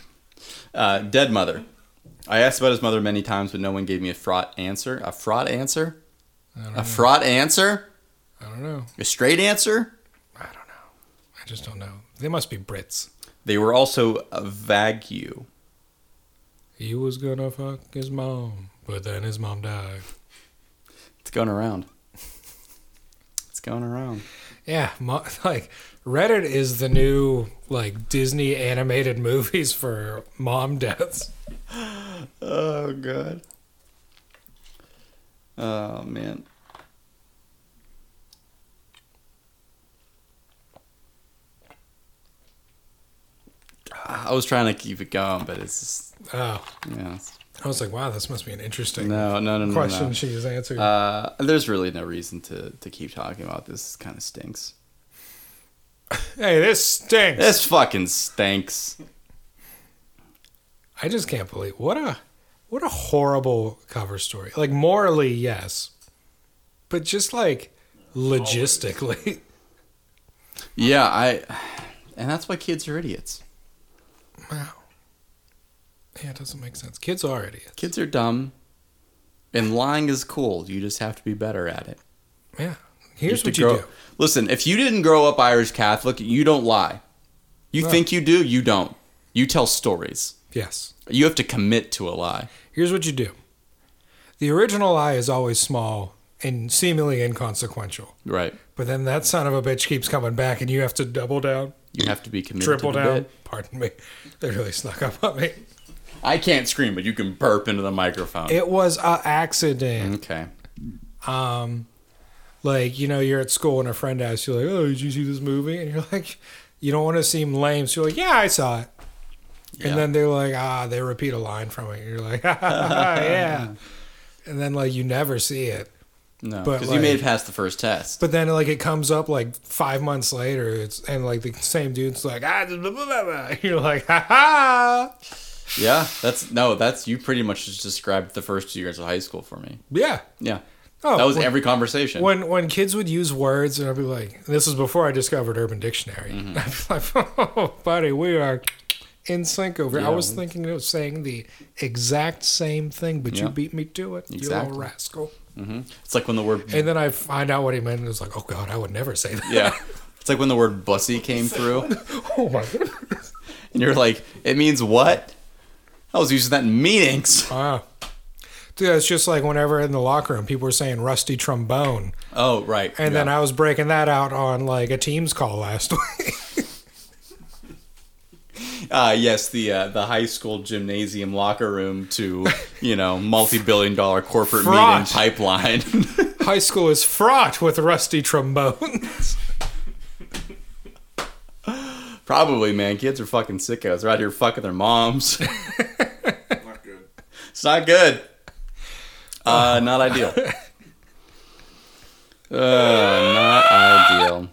Uh, dead mother. I asked about his mother many times, but no one gave me a fraught answer. A fraught answer?
I don't
A
know.
fraught answer?
I don't know.
A straight answer?
I don't know. I just don't know. They must be Brits.
They were also a vague.
He was gonna fuck his mom, but then his mom died.
It's going around. It's going around.
Yeah, mo- like Reddit is the new like Disney animated movies for mom deaths.
Oh god. Oh man. I was trying to keep it going, but it's just
Oh,
yeah. it's-
I was like, wow, this must be an interesting
No, no, no, no.
question
no.
she's answered.
Uh, there's really no reason to, to keep talking about this. Kind of stinks.
hey, this stinks.
This fucking stinks.
I just can't believe what a what a horrible cover story. Like morally, yes, but just like logistically,
Yeah, I, and that's why kids are idiots.
wow. Yeah, it doesn't make sense. Kids are idiots.
Kids are dumb, and lying is cool. You just have to be better at it.
Yeah. Here's
have
what
to
you
grow-
do.
Listen, if you didn't grow up Irish Catholic, you don't lie. You
No.
think you do, you don't. You tell stories.
Yes.
You have to commit to a lie.
Here's what you do. The original lie is always small and seemingly inconsequential,
Right.
but then that son of a bitch keeps coming back, and you have to double down,
You have to be committed.
triple
to the
down.
bit.
Pardon me. They really snuck up on me.
I can't scream, but you can burp into the microphone.
It was a accident.
okay. Mm-hmm.
like you know you're at school and a friend asks you like oh did you see this movie and you're like you don't want to seem lame so you're like yeah i saw it
Yeah.
and then they're like ah they repeat a line from it and you're like yeah and then like you never see it
No,
but,
because you made
like-
it past the first test.
but then like it comes up like five months later it's and like the same dude's like ah blah, blah, blah, blah." And you're like ha ha
yeah, that's no, that's you pretty much just described the first two years of high school for me.
yeah
Yeah,
oh
that was
when,
every conversation.
when when kids would use words and i'd be like this was before i discovered urban dictionary
Mm-hmm.
i'd be like oh buddy we are in sync over i
Yeah.
was thinking of saying the exact same thing but you
Yeah.
beat me to it you
Exactly.
little rascal
It's like when the word
and then i find out what he meant and it's like oh god i would never say that
yeah. It's like when the word bussy came through and
oh my god
you're like, it means what? I was using that in meetings.
wow Dude, Ah. it's just like whenever in the locker room people were saying rusty trombone,
Oh, right.
and
yeah.
then I was breaking that out on like a Teams call last week.
uh yes, the uh, the high school gymnasium locker room to, you know, multi-billion dollar corporate
Fraud.
meeting pipeline.
High school is fraught with rusty trombones.
Probably, man. Kids are fucking sickos. They're out here fucking their moms.
Not good.
It's not good. Uh, not ideal. Uh, not ideal.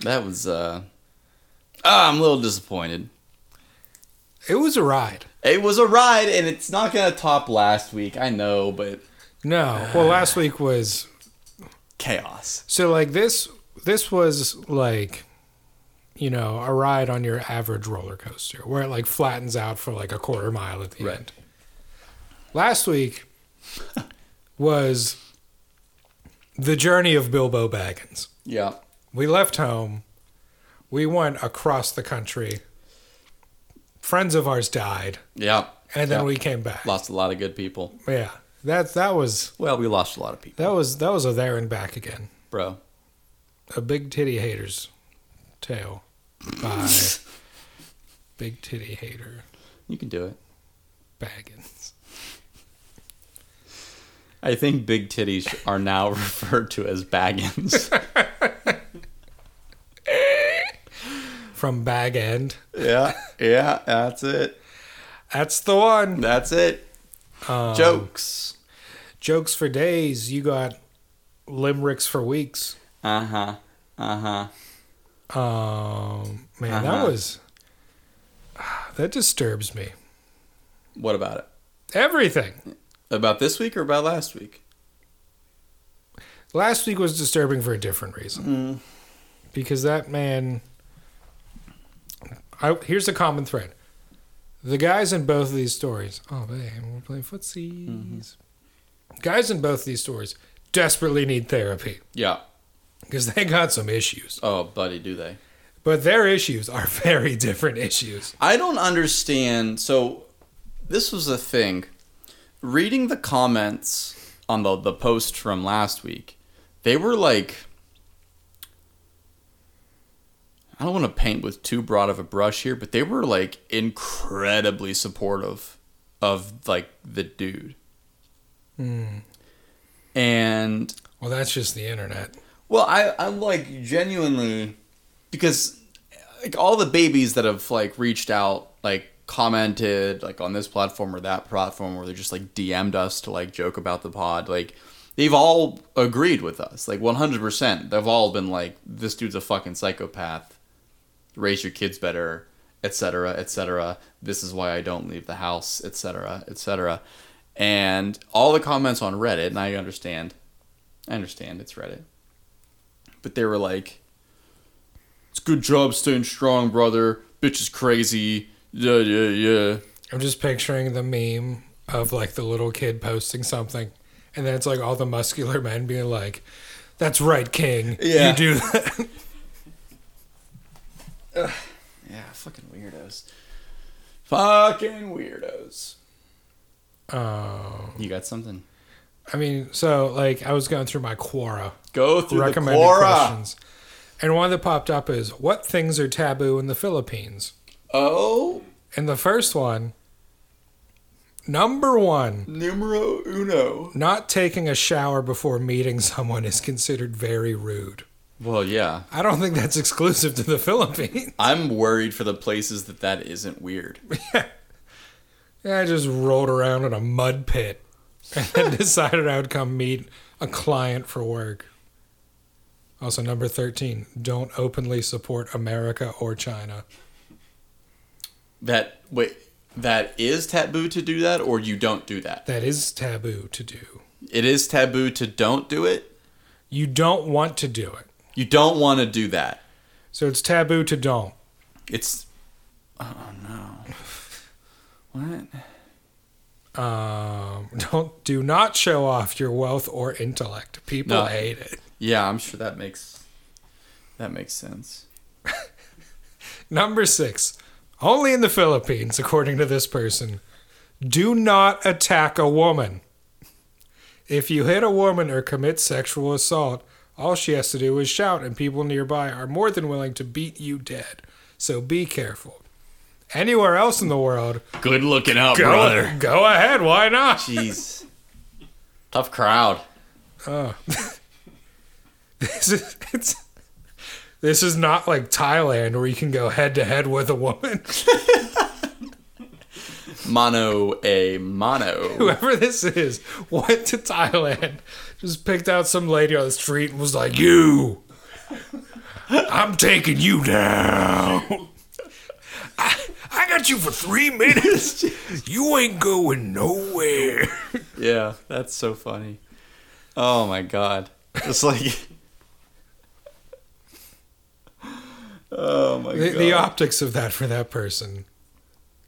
That was uh ah, I'm a little disappointed.
it was a ride.
It was a ride, and it's not gonna top last week. I know, but
No. Well, last week was
chaos.
so like this. This was like, you know, a ride on your average roller coaster where it like flattens out for like a quarter mile at the
Right.
end. Last week was the journey of Bilbo Baggins.
Yeah,
We left home. We went across the country. Friends of ours died,
yeah.
and then
Yeah.
we came back.
lost a lot of good people.
Yeah, that that was
Well, we lost a lot of people,
that was that was a there and back again.
bro.
a big titty hater's tale by big titty hater
You can do it.
baggins
I think big titties are now referred to as baggins.
from bag end
yeah, yeah. That's it.
that's the one
That's it. Um, Jokes.
jokes for days you got limericks for weeks
Uh huh. Uh huh.
um man that
Uh-huh.
was that disturbs me
What about it?
everything
About this week or about last week?
Last week was disturbing for a different reason. Because that man. I, here's the common thread. The guys in both of these stories. Oh, man, we're playing footsies. Guys in both these stories desperately need therapy
Yeah.
because they got some issues.
Oh, buddy, do they?
But their issues are very different issues.
I don't understand. So, this was a thing. Reading the comments on the the post from last week, they were like, I don't want to paint with too broad of a brush here, but they were like incredibly supportive of like the dude. Hmm. And
Well, that's just the internet.
well, I I'm like genuinely because like all the babies that have like reached out, like commented like on this platform or that platform, or they just like DM'd us to like joke about the pod, like they've all agreed with us, like 100. percent They've all been like, this dude's a fucking psychopath. Raise your kids better, etc., etc. This is why I don't leave the house, etc., etc. And all the comments on Reddit, and I understand, I understand it's Reddit but they were like, "It's good job staying strong, brother. Bitch is crazy. Yeah, yeah, yeah."
I'm just picturing the meme of like the little kid posting something, and then it's like all the muscular men being like, "That's right, King.
Yeah.
You do that."
Yeah, fucking weirdos. Fucking weirdos.
Oh,
You got something?
I mean, so like I was going through my Quora
Go through the
recommended
Quora.
questions, and one that popped up is, "What things are taboo in the Philippines?"
Oh,
And the first one, number one,
numero uno.
not taking a shower before meeting someone is considered very rude.
Well, yeah,
I don't think that's exclusive to the Philippines.
I'm worried for the places that that isn't weird.
Yeah, I just rolled around in a mud pit and then decided I would come meet a client for work. Also, number 13, don't openly support America or China.
That wait, that is taboo to do that, or you don't do that.
That is taboo to do.
It is taboo to don't do it.
You don't want to do it.
You don't want to do that.
So it's taboo to don't.
It's. Oh no. What?
Um, don't do not show off your wealth or intellect. People
No.
hate it.
Yeah, I'm sure that makes that makes sense.
Number six, only in the Philippines, according to this person, do not attack a woman. If you hit a woman or commit sexual assault, all she has to do is shout, and people nearby are more than willing to beat you dead. So be careful. Anywhere else in the world,
Good looking out,
go, go ahead. Why not?
Jeez. Tough crowd.
This is, it's, this is not like Thailand where you can go head to head with a woman.
Mono a mono.
whoever this is went to Thailand, just picked out some lady on the street and was like, "You, I'm taking you down. I, I got you for three minutes. You ain't going nowhere."
yeah, that's so funny. Oh my god. Just like Oh my
The,
god.
the optics of that for that person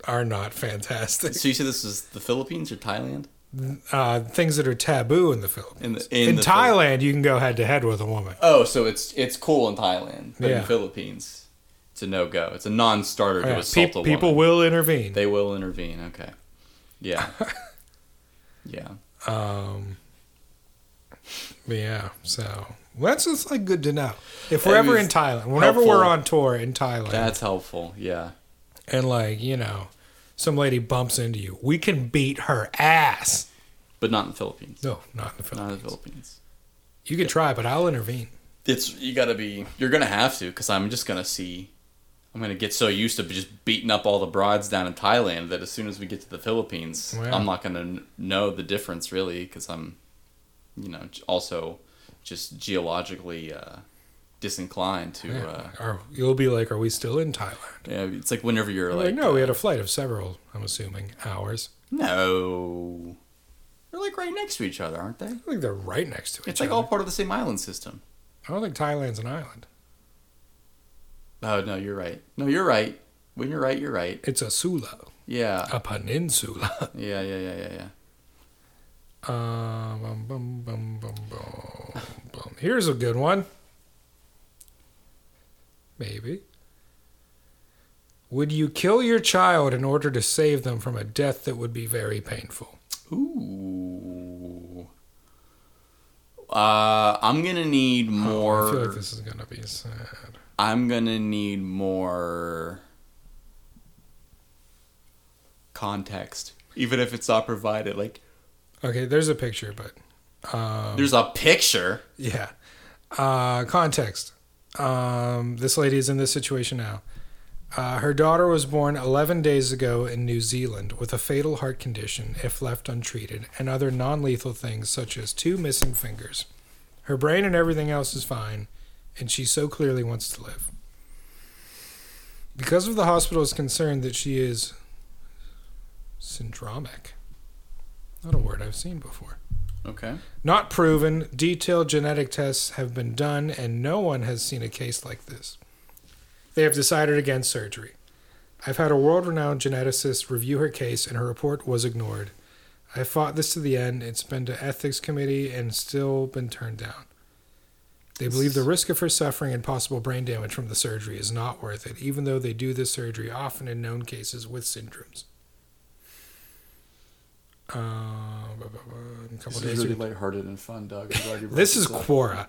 are not fantastic.
so you said this is the Philippines or Thailand?
Uh, things that are taboo in the Philippines.
In the
In,
the Phil-
Thailand, you can go head to head with a woman.
Oh, so it's it's cool in Thailand, but in
Yeah.
Philippines, it's a no go. It's a non-starter to
Yeah,
assault
peop-
a woman.
people will intervene.
They will intervene. Okay. Yeah. yeah.
Um, but yeah, so well, that's just like good to know. If we're
It
ever
was
in Thailand, whenever
helpful.
we're on tour in Thailand,
That's helpful. Yeah.
and like you know, some lady bumps into you, we can beat her ass.
But not in the Philippines.
No, not in the
Not
Philippines.
in the Philippines.
You can try, but I'll intervene.
It's you gotta be. You're gonna have to, cause I'm just gonna see. I'm gonna get so used to just beating up all the broads down in Thailand that as soon as we get to the Philippines,
Well, yeah.
I'm not gonna kn- know the difference really, cause I'm, you know, j- also just geologically uh, disinclined to. Uh,
Or you'll be like, "Are we still in Thailand?"
yeah, it's like uh, whenever you're
Like,
like,
no, we
uh,
had a flight of several. I'm assuming hours.
no. They're like right next to each other, aren't they?
I think they're right next to each
It's like
other.
all part of the same island system.
I don't think Thailand's an island.
Oh no, you're right. No, you're right. When you're right, you're right.
It's a Sula,
Yeah.
a peninsula.
Yeah, yeah, yeah, yeah, yeah.
Um, bum, bum, bum, bum, bum, bum. Here's a good one. Maybe. Would you kill your child in order to save them from a death that would be very painful?
Ooh. Uh, I'm gonna need more.
I feel like this is gonna be sad.
I'm gonna need more context, even if it's not provided. Like,
Okay, there's a picture, but Um,
there's a picture.
Yeah. Uh, context. Um, this lady is in this situation now. Uh, her daughter was born 11 days ago in New Zealand with a fatal heart condition if left untreated and other non lethal things such as two missing fingers. Her brain and everything else is fine, and she so clearly wants to live. Because of the hospital's concern that she is syndromic, not a word I've seen before.
Okay.
Not proven. Detailed genetic tests have been done, and no one has seen a case like this. They have decided against surgery. I've had a world renowned geneticist review her case, and her report was ignored. I fought this to the end. It's been to ethics committee and still been turned down. They believe the risk of her suffering and possible brain damage from the surgery is not worth it, even though they do this surgery often in known cases with syndromes. Uh, blah, blah, blah, a couple days ago.
lighthearted and fun, Doug.
This is Quora.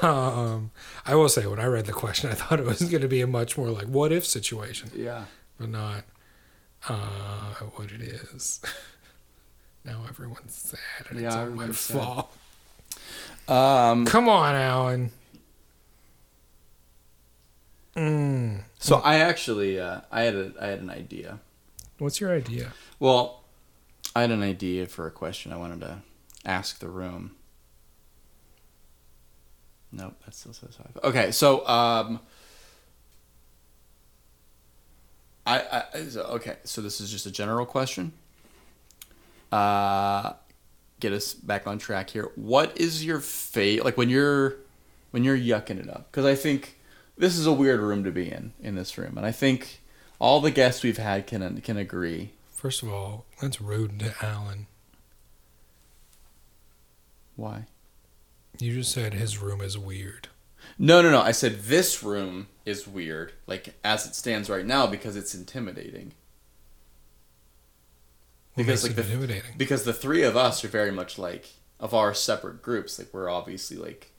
Um, I will say, when I read the question, I thought it was going to be a much more like what if situation,
yeah.
but not uh, what it is. Now everyone's sad and
Yeah,
it's all my
everyone's sad.
fault.
Um.
Come on, Alan. Mm.
So I actually, uh, I had a, I had an idea.
What's your idea?
Well, I had an idea for a question I wanted to ask the room. Nope, that still says five. Okay, so um, I, I I- so, okay, so this is just a general question. Uh, get us back on track here. What is your fate like when you're when you're yucking it up? Because I think this is a weird room to be in in this room, and I think all the guests we've had can can agree
First of all, that's rude to Alan.
Why?
You just said his room is weird.
No, no, no. I said this room is weird, like as it stands right now, because it's intimidating.
What
Because,
makes
like,
it
the-
intimidating.
Because the three of us are very much like of our separate groups. Like we're obviously like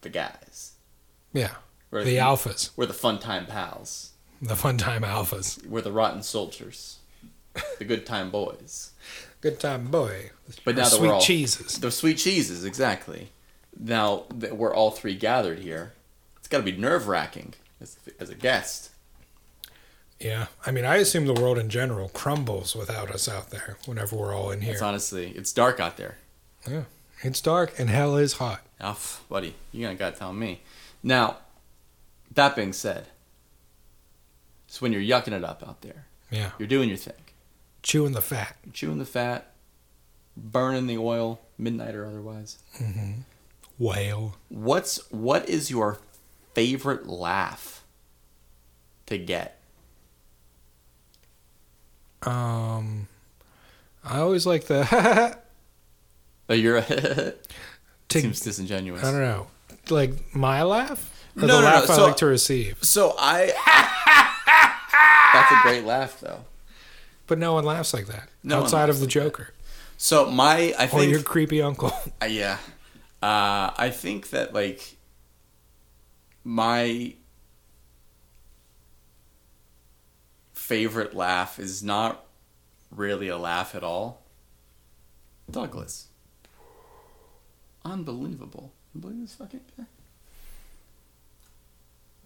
the guys.
yeah.
We're
The alphas,
We're the fun time pals.
the fun time alphas.
We're the rotten soldiers. The good time boys.
Good time, boy.
But now that
sweet
we're all
cheeses.
the sweet cheeses, exactly. Now that we're all three gathered here, it's got to be nerve wracking as, as a guest.
Yeah, I mean, I assume the world in general crumbles without us out there. Whenever we're all in here,
It's honestly, it's dark out there.
yeah, it's dark and hell is hot.
Oh, pff, buddy, you ain't gotta tell me. Now, that being said, it's when you're yucking it up out there.
Yeah,
You're doing your thing.
chewing the fat.
You're chewing the fat, burning the oil, midnight or otherwise.
Whale.
What's what is your favorite laugh to get?
Um, I always like the
Oh, you're a
to,
seems disingenuous.
I don't know, like my laugh or
No,
the
no, no,
laugh I
so-
like to receive.
So I. that's a great laugh though.
But no one laughs like that
No one
outside of
laughs
the
like
Joker
So my I
or
think
your creepy uncle.
Uh, yeah. Uh, I think that like my favorite laugh is not really a laugh at all. Douglas. Unbelievable. You believe this fucking guy?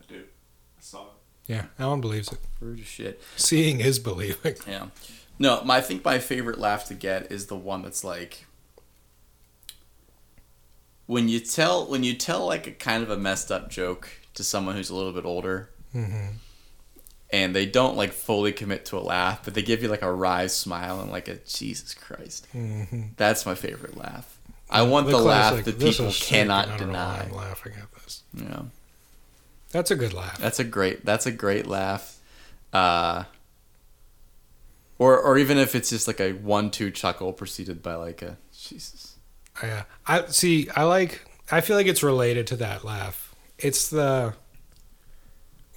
I do. I saw it.
yeah, Alan believes it.
Rude as shit.
Seeing is believing.
Yeah. No, my, I think my favorite laugh to get is the one that's like when you tell when you tell like a kind of a messed up joke to someone who's a little bit older,
Mm-hmm.
and they don't like fully commit to a laugh, but they give you like a wry smile and like a Jesus Christ.
Mm-hmm.
That's my favorite laugh. I want the,
Nicole's
laugh
like,
that
"This
people
is stupid.
cannot
I don't know why
deny.
I'm laughing at this.
You know,
That's a good laugh.
that's a great that's a great laugh. Uh, or or even if it's just like a one-two chuckle preceded by like a Jesus.
Yeah. I see. I like. I feel like it's related to that laugh. It's the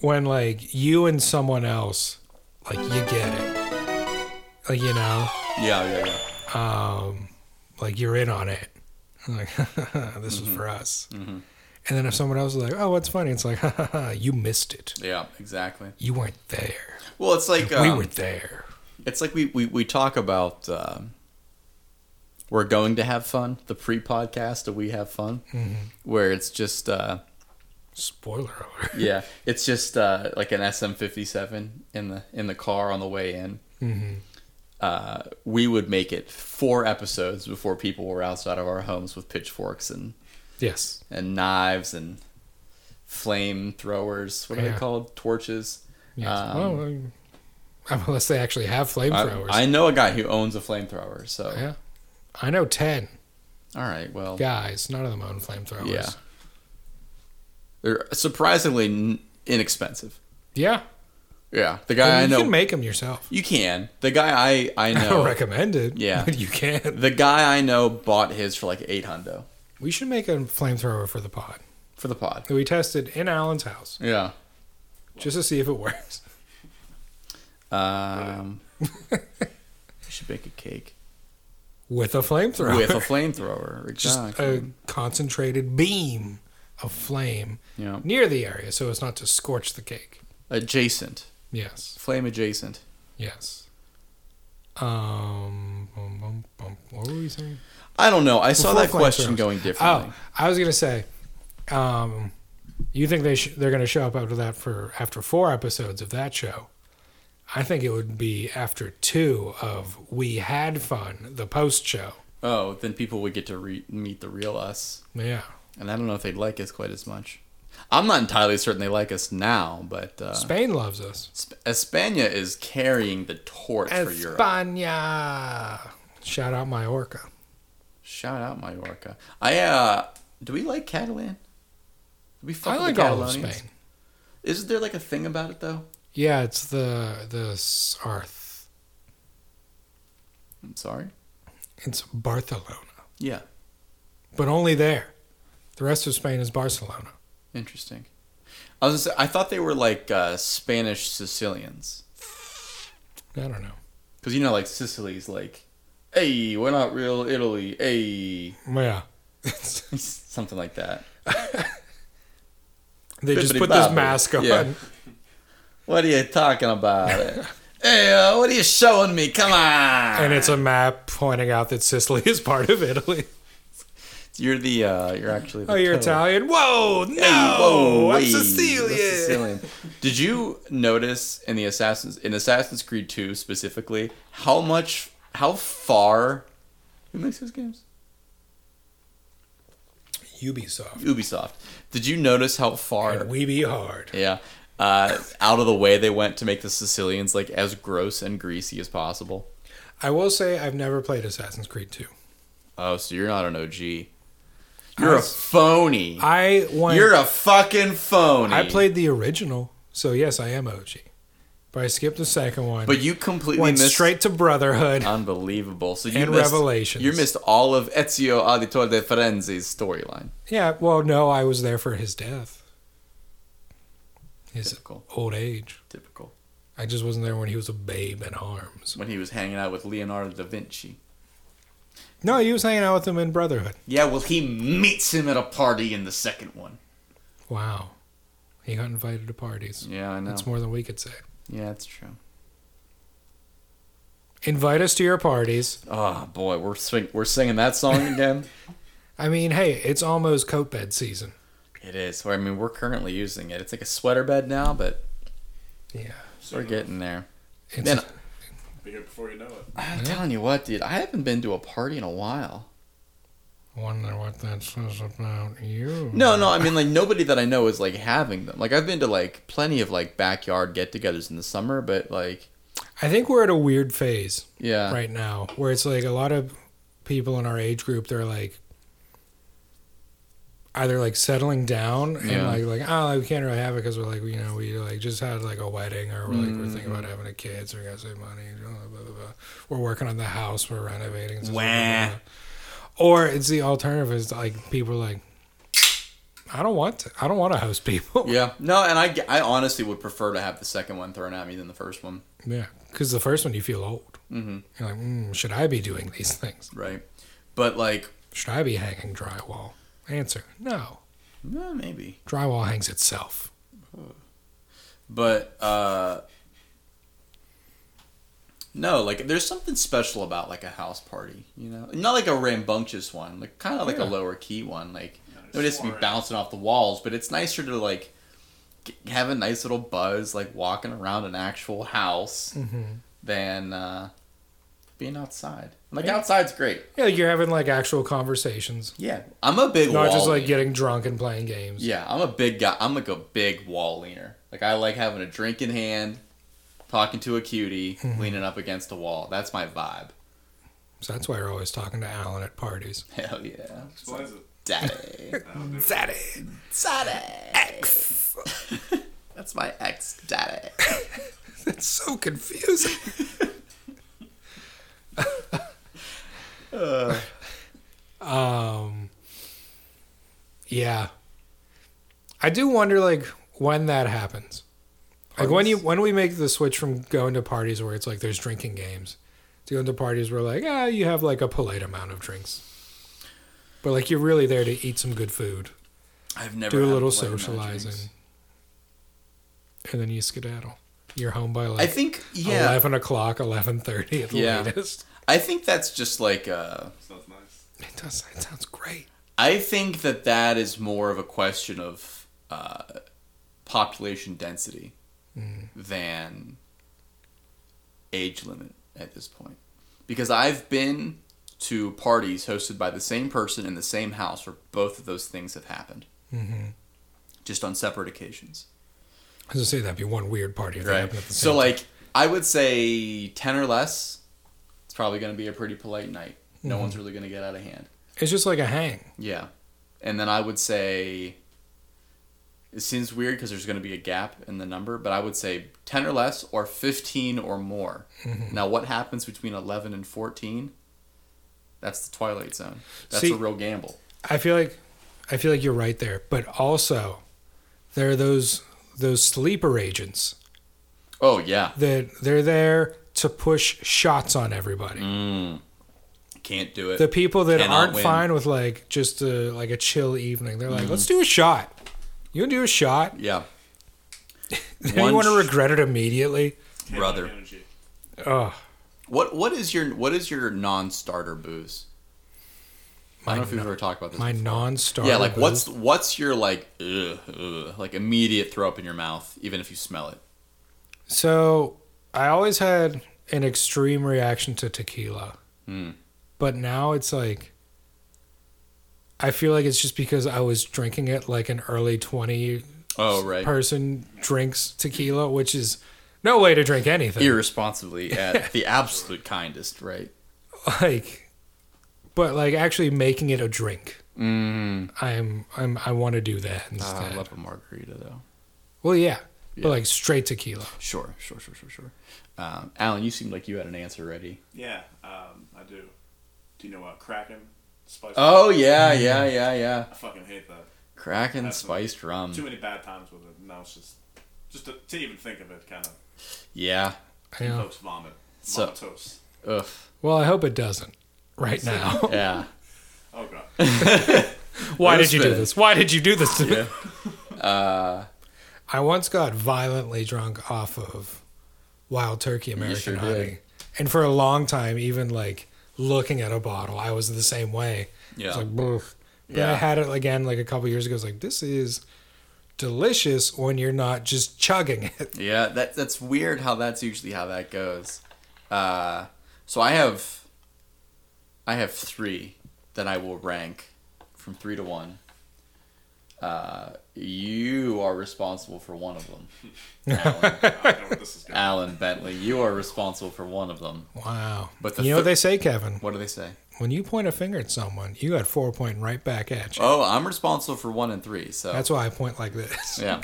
when like you and someone else like you get it, like you know,
Yeah, yeah, yeah.
um, like you're in on it. I'm like this is for us.
Mm-hmm.
And then if someone else is like, "Oh, what's funny?" It's like, "You missed it.
Yeah, exactly.
You weren't there.
Well, it's like
we
um,
were there."
It's like we, we, we talk about um we're going to have fun, the pre podcast of We Have Fun,
Mm-hmm.
where it's just, uh,
Spoiler alert.
yeah, it's just uh, like an SM57 in the, in the car on the way in.
Mm-hmm.
Uh, we would make it four episodes before people were outside of our homes with pitchforks and,
Yes.
and knives and flame throwers. What are
Yeah.
they called? Torches.
Yes.
Um,
well, um, unless they actually have
I,
flamethrowers.
I know a guy who owns a flamethrower, so
yeah. I know ten.
all right, well,
guys. None of them own flamethrowers.
Yeah. They're surprisingly n- inexpensive.
Yeah.
Yeah. The guy
I
I
mean, you
know.
can make them yourself.
you can. The guy I, I
I don't
know.
recommend it.
Yeah.
But you can.
the guy I know bought his for like eight hundo
We should make a flamethrower for the pod
for the pod.
that we tested in Alan's house
Yeah.
just to see if it works.
Um, we should bake a cake
With a flamethrower.
with a flamethrower.
just
Exactly.
a concentrated beam of flame
yeah.
near the area so as not to scorch the cake.
Adjacent.
Yes.
Flame adjacent.
Yes. Um, bum, bum, bum. what were we saying?
I don't know. I saw
Before
that question
flamethrowers.
going
Oh,
differently.
I was gonna say, um, you think they sh- they're gonna show up after that for after four episodes of that show? I think it would be after two of We Had Fun, the post show.
Oh, then people would get to re- meet the real us.
Yeah,
And I don't know if they'd like us quite as much. I'm not entirely certain they like us now, but. Uh,
Spain loves us.
Sp- Espana is carrying the torch for Europe.
España. Shout out my orca.
Shout out Mallorca. I uh, do we like Catalan? Do we fuck
I
with
like
the
all of
Catalonians?
Spain.
Isn't there like a thing about it though?
Yeah, it's the the Sarth.
I'm sorry.
It's Barcelona,
Yeah,
but only there. The rest of Spain is Barcelona.
interesting. I was gonna say, I thought they were like uh, Spanish Sicilians
I don't know.
because you know like Sicily's like, hey, we're not real Italy, hey,
Yeah.
something like that.
They just
Bibbidi
put this
bobbidi.
mask on.
Yeah. What are you talking about? hey, uh, what are you showing me? Come on.
And it's a map pointing out that Sicily is part of Italy.
you're the uh, you're actually the
Oh, you're
toad.
Italian? Whoa, no!
Hey, whoa,
I'm
hey, that's
Sicilian.
Sicilian. Did you notice in the Assassins in Assassin's Creed 2 specifically how much how far who makes those games?
Ubisoft.
Ubisoft. Did you notice how far
And we be hard.
yeah uh, out of the way they went to make the Sicilians like as gross and greasy as possible?
I will say I've never played Assassin's Creed 2.
Oh, so you're not an OG. You're a
was-
phony.
I went,
You're a fucking phony.
I played the original, so yes, I am OG. But I skipped the second one.
but you completely
went
missed Uh.
straight to Brotherhood.
Unbelievable. So you
And
missed,
Revelations.
You missed all of Ezio Auditore de Firenze's storyline.
yeah, well, no, I was there for his death. His
Typical.
old age.
Typical.
I just wasn't there when he was a babe in arms.
When he was hanging out with Leonardo da Vinci.
No, he was hanging out with him in Brotherhood.
Yeah, well, he meets him at a party in the second one.
Wow. He got invited to parties.
Yeah, I know.
That's more than we could say.
yeah, that's true.
Invite us to your parties.
Oh boy, we're sing- we're singing that song again.
I mean, hey, it's almost coat bed season.
it is. Well, I mean, we're currently using it. It's like a sweater bed now, but
Yeah.
we're getting there.
It's,
Man,
Be here before you know it.
I'm telling you what, dude. I haven't been to a party in a while.
Wonder what that says about you.
No, no, I mean like nobody that I know is like having them. Like I've been to like plenty of like backyard get-togethers in the summer, but like
I think we're at a weird phase
yeah,
right now where it's like a lot of people in our age group they're like either like settling down and
Yeah.
like like oh we can't really have it because we're like you know we like just had like a wedding or we're like we're thinking
Mm.
about having a kid so we gotta save money blah, blah, blah, blah. we're working on the house we're renovating it's just like,
Wah.
blah, blah. or it's the alternative is like people are like I don't want to, I don't want to host people
yeah. No, and I I honestly would prefer to have the second one thrown at me than the first one.
yeah because the first one you feel old
Mhm.
you're like mm, should I be doing these things
Right. But like
Should I be hanging drywall? Answer No.
eh, maybe.
Drywall hangs itself.
but uh no like there's something special about like a house party you know not like a rambunctious one like kind of like a
Yeah.
lower key one like
Yeah,
it has to be
soaring.
bouncing off the walls but it's nicer to like g- have a nice little buzz like walking around an actual house
Mm-hmm.
than uh being outside like
Yeah.
outside's great
Yeah, like you're having like actual conversations,
yeah i'm a big
not
wall
just like
leaner.
getting drunk and playing games.
Yeah, I'm a big guy. I'm like a big wall leaner. Like I like having a drink in hand, talking to a cutie,
Mm-hmm.
leaning up against a wall. That's my vibe.
So that's why you're always talking to Alan at parties.
Hell yeah.
Explains it.
Daddy.
That'll do.
Daddy.
Daddy. Ex. That's my ex daddy.
That's so confusing. um Yeah. I do wonder like when that happens. Like when you when we make the switch from going to parties where it's like there's drinking games to going to parties where like ah you have like a polite amount of drinks. But like you're really there to eat some good food,
I've never
do a
had
little
polite amount of
socializing.
drinks.
And then you skedaddle. You're home by like
I think yeah.
11 o'clock, 11.30 at the
Yeah.
latest.
I think that's just like uh
Sounds nice.
It does. It sounds great.
I think that that is more of a question of uh, population density
Mm.
than age limit at this point. Because I've been to parties hosted by the same person in the same house where both of those things have happened,
Mm-hmm.
just on separate occasions.
I was going to say that'd be one weird party if that
Right.
happened at the
So,
same
like, I would say 10 or less, it's probably going to be a pretty polite night. No
Mm-hmm.
one's really going to get out of hand.
It's just like a hang.
Yeah. And then I would say it seems weird because there's going to be a gap in the number, but I would say 10 or less or 15 or more. Now, what happens between 11 and 14? That's the Twilight Zone. That's
See-
a real gamble.
I feel like, I feel like you're right there. But also, there are those those sleeper agents
Oh, yeah.
that they're there to push shots on everybody.
Can't do it.
The people that
Mm. Cannot
aren't
win. Mm-hmm.
fine with like just a, like a chill evening, they're like, let's do a shot. You want to do a shot?
yeah.
Then
One
you want to
sh-
regret it immediately.
Can't
Brother.
like energy.
Ugh.
What What is your What is your non-starter booze? I don't know if we've ever talked about this.
My non-star.
yeah, like what's what's your like ugh, ugh, like immediate throw up in your mouth, even if you smell it.
So I always had an extreme reaction to tequila,
Hmm.
but now it's like I feel like it's just because I was drinking it like an early twenty
Oh right,
person drinks tequila, which is no way to drink anything.
irresponsibly at the absolute kindest, right?
Like, but like actually making it a drink,
Mm.
I'm I'm I want to do that instead.
Ah, I love a margarita though.
well, yeah,
Yeah.
but like straight tequila.
Sure, sure, sure, sure, sure. Um, Alan, you seemed like you had an answer ready.
Yeah, um, I do. Do you know what? Kraken? Spice
Oh yeah, yeah, yeah, yeah.
I fucking hate that.
Kraken
Absolutely.
spiced rum.
Too many bad times with it. and Now it's just. Just to, to even think of it kind of
Yeah.
I know.
evokes vomit.
So-
Vomitos.
Ugh.
Well, I hope it doesn't. Right now,
Yeah.
Oh, God.
why did you do
Roasted.
this? Why did you do this to me?
Yeah. Uh,
I once got violently drunk off of wild turkey American
sure
honey.
did.
And for a long time, even like looking at a bottle, I was the same way.
yeah.
It's like, "Bleh." but I
Yeah.
had it again like a couple years ago. It's like, this is delicious when you're not just chugging it.
Yeah, that that's weird how that's usually how that goes. Uh, so I have I have three that I will rank from three to one. Uh, you are responsible for one of them, Alan,
I know where this is going.
Alan Bentley. You are responsible for one of them.
Wow.
But
But
the
you know what
thir-
they say, Kevin?
What do they say?
When you point a finger at someone, you got four pointing right back at you.
Oh, I'm responsible for one and three. So
That's why I point like this.
Oh. yeah.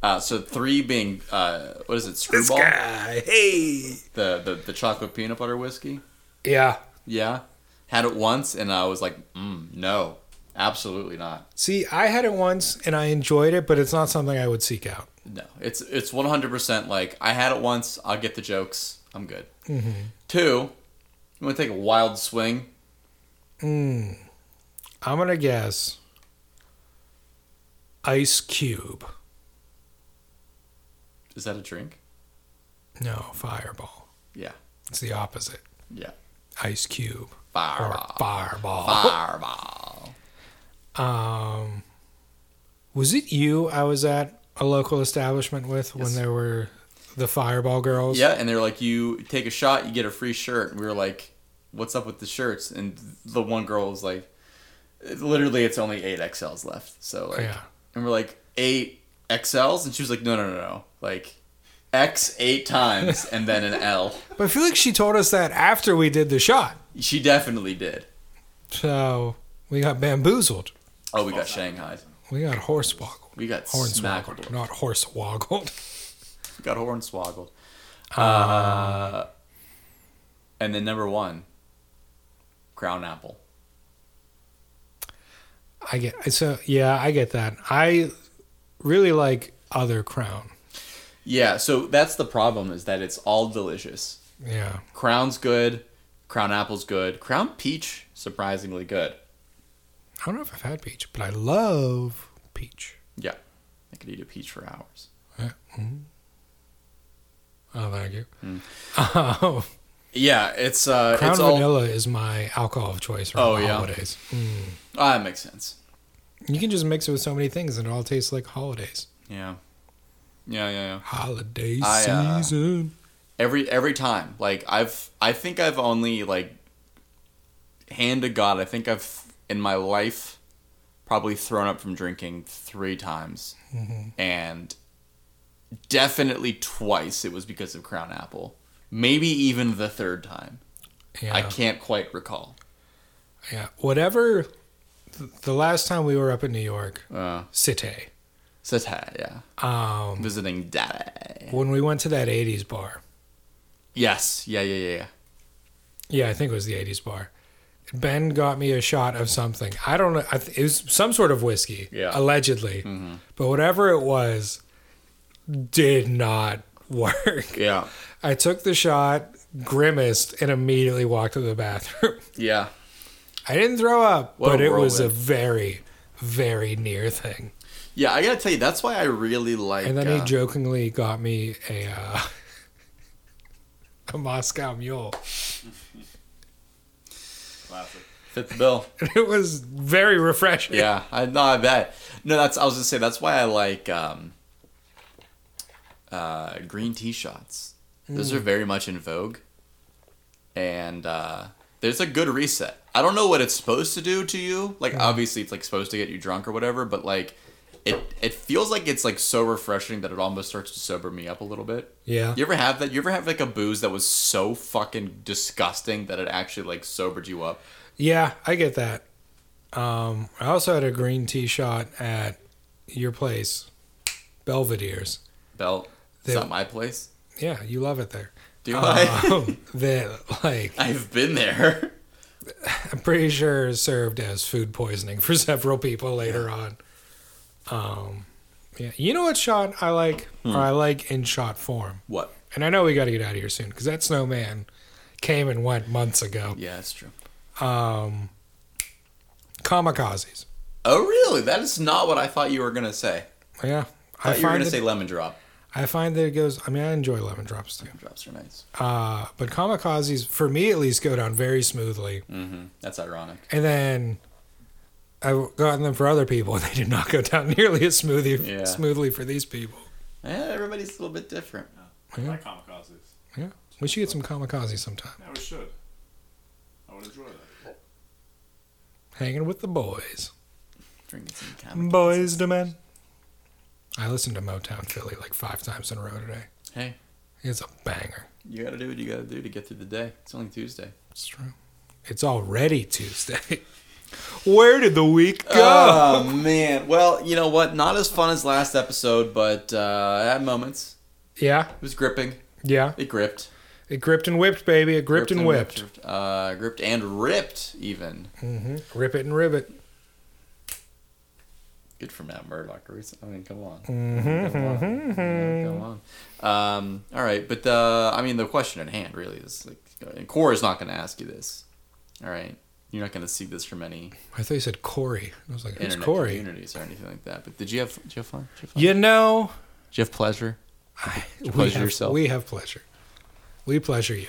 Uh, so three being uh, what is it?
This
Screwball,
guy. Hey.
the, the the chocolate peanut butter whiskey.
Yeah.
Yeah, had it once, and I was like, mm, no, absolutely not.
See, I had it once and I enjoyed it, but it's not something I would seek out.
No, it's it's one hundred percent like I had it once. I'll get the jokes. I'm good. Two, I'm gonna take a wild swing.
I'm gonna guess Ice Cube.
Is that a drink?
No, Fireball.
Yeah,
It's the opposite.
yeah.
Ice Cube or
Fireball,
Fireball.
fireball.
Um, was it you I was at a local establishment with when
Yes.
there were the Fireball girls?
Yeah, and they're like, you take a shot, you get a free shirt. And we were like, what's up with the shirts? And the one girl was like, literally, it's only eight XLs left. So like,
Yeah.
and we're like eight XLs, and she was like, no, no, no, no, like X eight times and then an L.
But I feel like she told us that after we did the shot.
She definitely did.
So we got bamboozled.
Oh, we got Shanghai.
We got horsewoggled.
We got
Hornswoggled,
smackled.
not horsewoggled.
We got hornswoggled. Uh, and then number one, Crown Apple.
I get so yeah, I get that. I really like other crown.
Yeah, so that's the problem is that it's all delicious.
Yeah.
Crown's good. Crown apple's good. Crown peach surprisingly good.
I don't know if I've had peach, but I love peach.
Yeah, I could eat a peach for hours.
Oh, thank you. Oh,
Yeah, it's uh,
Crown
Hmm. it's all.
Vanilla is my alcohol of choice for
Oh,
the
yeah.
holidays. Mm.
Ah, that makes sense.
You can just mix it with so many things and it all tastes like holidays.
Yeah, yeah, yeah. yeah.
Holiday
I, uh,
season.
Every every time, like I've, I think I've only like, hand to God, I think I've in my life, probably thrown up from drinking three times, and definitely twice it was because of Crown Apple. Maybe even the third time.
Yeah.
I can't quite recall.
yeah. Whatever th- the last time we were up in New York,
Uh,
Cité,
Sata, yeah.
um,
Visiting Dada.
when we went to that 80s bar,
Yes, yeah, yeah, yeah, yeah.
Yeah, I think it was the 80s bar. Ben got me a shot of something. I don't know. I th- it was some sort of whiskey,
Yeah. Mm-hmm.
allegedly. But whatever it was, did not work.
Yeah,
I took the shot, grimaced, and immediately walked to the bathroom.
yeah.
I didn't throw up,
What a
but it was a
whirlwind.
very, very near thing.
Yeah, I gotta tell you, that's why I really like.
And then
uh,
he jokingly got me a uh, a Moscow Mule.
Classic.
fit the bill.
It was very refreshing.
yeah, I know. I bet. No, that's. I was gonna say that's why I like um, uh, green tea shots. Those
Mm.
are very much in vogue, and uh, there's a good reset. I don't know what it's supposed to do to you.
Mm.
Like, obviously, it's like supposed to get you drunk or whatever, but like. It, it feels like it's like so refreshing that it almost starts to sober me up a little bit.
Yeah.
You ever have that? You ever have like a booze that was so fucking disgusting that it actually like sobered you up?
Yeah, I get that. Um, I also had a green tea shot at your place, Belvedere's.
Belt. Is
They-
that my place?
Yeah, you love it there.
Do I?
Um, that like
I've been there.
I'm pretty sure served as food poisoning for several people later on. Um, yeah, you know what shot I like,
Hmm.
or I like in shot form,
What?
and I know we got to get out of here soon because that snowman came and went months ago.
Yeah, that's true.
Um, kamikazes.
Oh, really? That is not what I thought you were gonna say.
Yeah,
I thought you were gonna
that-
say lemon drop.
I find that it goes. I mean, I enjoy lemon drops too,
Lemon drops are nice.
uh, but kamikazes for me at least go down very smoothly.
Mm-hmm. That's ironic.
And then I've gotten them for other people, and they did not go down nearly as smoothly
Yeah.
smoothly for these people.
Yeah, everybody's a little bit different.
I
Yeah.
like kamikazes.
Yeah, we should get some kamikaze sometime.
Yeah, we should. I would enjoy that.
hanging with the boys.
Drinking some comic.
Boys to men. I listened to Motown Philly like five times in a row today.
Hey,
It's a banger.
you gotta do what you gotta do to get through the day. It's only Tuesday.
It's true. It's already Tuesday. Where did the week go?
Oh man. Well, you know what? Not as fun as last episode, but uh, at moments
yeah,
it was gripping.
yeah.
It gripped.
It gripped and whipped, baby. It gripped, and whipped.
ripped. Uh, gripped and ripped. Even
Mm-hmm. Rip it and rivet.
good for Matt Murdock. Recently. I mean, come on.
Mm-hmm,
Come on. Yeah, Come on. Um, all right, but uh, I mean, the question at hand really is like, and Cora's not going to ask you this. All right, you're not going to see this from any
I thought you said Corey. I was like, who's
internet
Corey?
communities or anything like that. But did you have did you have fun? Did you have, fun?
You know,
Did you have pleasure?
I, we,
pleasure
have,
yourself.
we have pleasure. We pleasure you.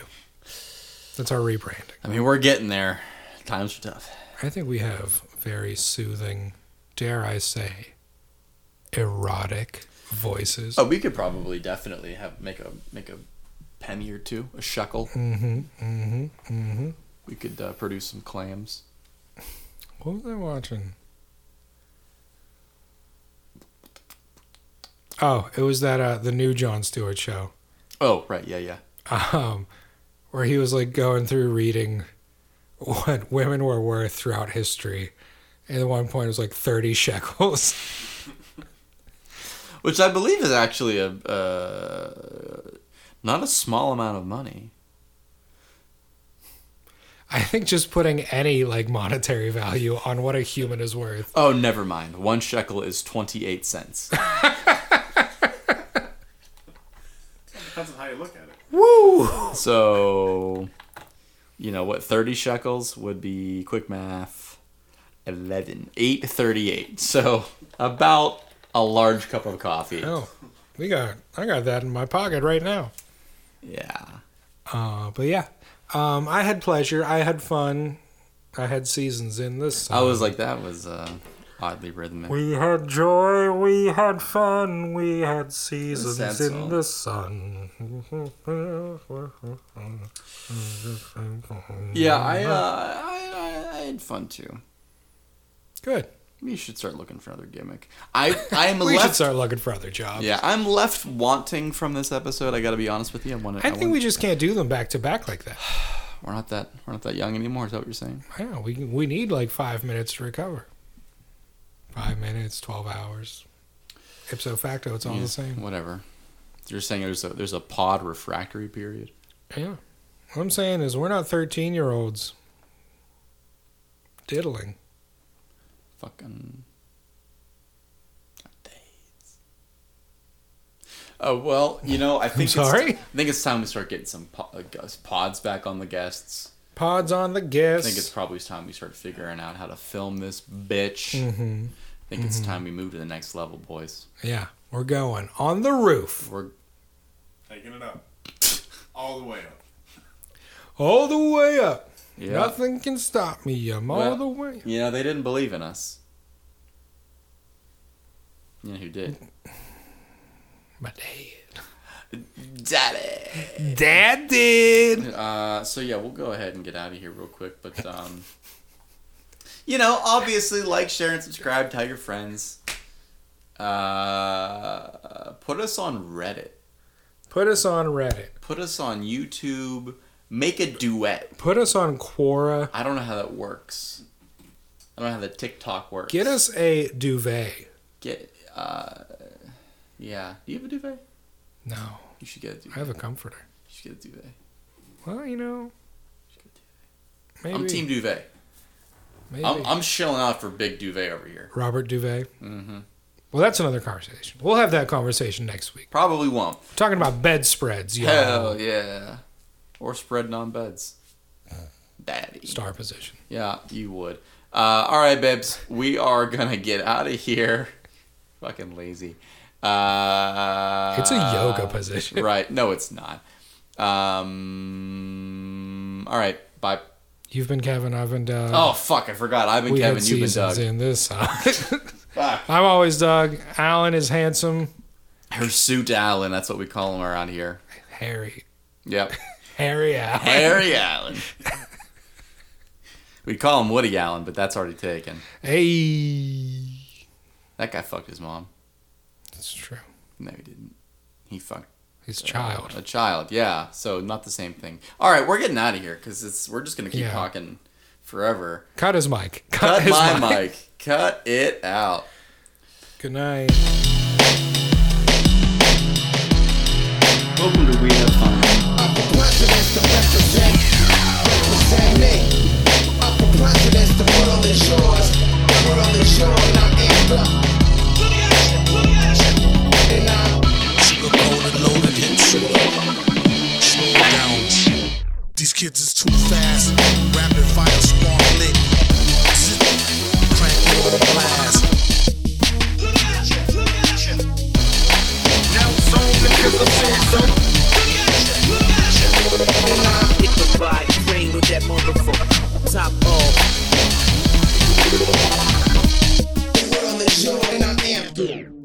That's our rebranding.
I mean, we're getting there. Times are tough.
I think we have very soothing, dare I say, erotic voices.
Oh, we could probably definitely have make a make a penny or two, a shekel.
Mm-hmm. Mm-hmm. Mm-hmm.
We could uh, produce some clams.
What was I watching? Oh, it was that uh the new John Stewart show.
Oh, right, yeah, yeah.
Um where he was like going through reading what women were worth throughout history. And at one point it was like 30 shekels.
which I believe is actually a uh, not a small amount of money.
I think just putting any like monetary value on what a human is worth.
Oh, never mind. One shekel is twenty eight cents.
Depends on how you look at it.
Woo! So, you know what? Thirty shekels would be quick math. Eleven eight thirty eight. So about a large cup of coffee.
Oh, we got I got that in my pocket right now.
Yeah.
Uh, but yeah, um, I had pleasure. I had fun. I had seasons in this.
I was like, that was uh, oddly rhythmic.
we had joy. We had fun. We had seasons
Sad
in
song.
the sun.
Yeah, I, uh, I, I I had fun too.
Good.
We should start looking for another gimmick. I I am
We should
left
start looking for other jobs.
Yeah, I'm left wanting from this episode. I got to be honest with you. I want.
I think we just can't do them back to back like that.
We're not that. We're not that young anymore. Is that what you're saying?
Yeah, we we need like five minutes to recover. Five minutes, twelve hours. Ipso facto, it's all
Yeah,
the same.
Whatever. You're saying there's a there's a pod refractory period.
Yeah. What I'm saying is we're not 13 year olds diddling.
Fucking. Oh well, you know I think
sorry?
It's, I think it's time we start getting some po- uh, gus- pods back on the guests.
Pods on the
I think it's
guests.
probably time we start figuring out how to film this bitch.
hmm
I think it's time we move to the next level, boys.
Yeah, we're going on the roof
We're
Taking it up. All the way up.
all the way up.
yeah.
Nothing can stop me. I'm all
Well-
the way.
You know, they didn't believe in us. You know who did?
My dad.
Daddy!
Dad did.
Uh, so, yeah, we'll go ahead and get out of here real quick. But, um, you know, obviously, like, share, and subscribe. Tell your friends. Uh, put us on Reddit.
Put us on Reddit.
Put us on YouTube. Make a duet.
Put us on Quora.
I don't know how that works. I don't know how the TikTok works.
Get us a duvet.
Get, uh, yeah. Do you have a duvet?
No,
You should get a duvet.
I have a comforter.
You should get a duvet.
Well, you know, maybe.
I'm Team Duvet.
maybe.
I'm, I'm shilling out for Big Duvet over here.
Robert Duvet.
Mm-hmm.
Well, that's another conversation. We'll have that conversation next week.
Probably won't.
Talking about bedspreads, yo.
Hell yeah. Or spreading on beds. Daddy.
Star position.
Yeah, you would. Uh, all right, babes. We are going to get out of here. Fucking lazy. Uh,
It's a yoga position.
Right. No, it's not. Um, all right. Bye.
You've been Kevin, I've been Doug.
Oh, fuck. I forgot. I've been
we
Kevin.
had
You've been
seasons
Doug.
in this song.
Fuck.
I'm always Doug. Alan is handsome.
Hirsute Allen. That's what we call him around here.
Harry.
Yep.
Harry Allen.
Harry Allen. We'd call him Woody Allen, but that's already taken.
Hey,
That guy fucked his mom.
that's true.
No, he didn't. He fucked
His
uh,
child.
A child, yeah. So not the same thing. All right, we're getting out of here because it's we're just gonna keep
Yeah.
talking forever.
Cut his mic.
Cut
his
my mic. Cut it out.
Good night.
Welcome to We Have Fun.
These kids is too fast. Rapid fire spark lit. Zip. Crank on the blast. Now it's on because I said so.
Hit the body, rain with that motherfucker. Top off.
The world is yours and I am through.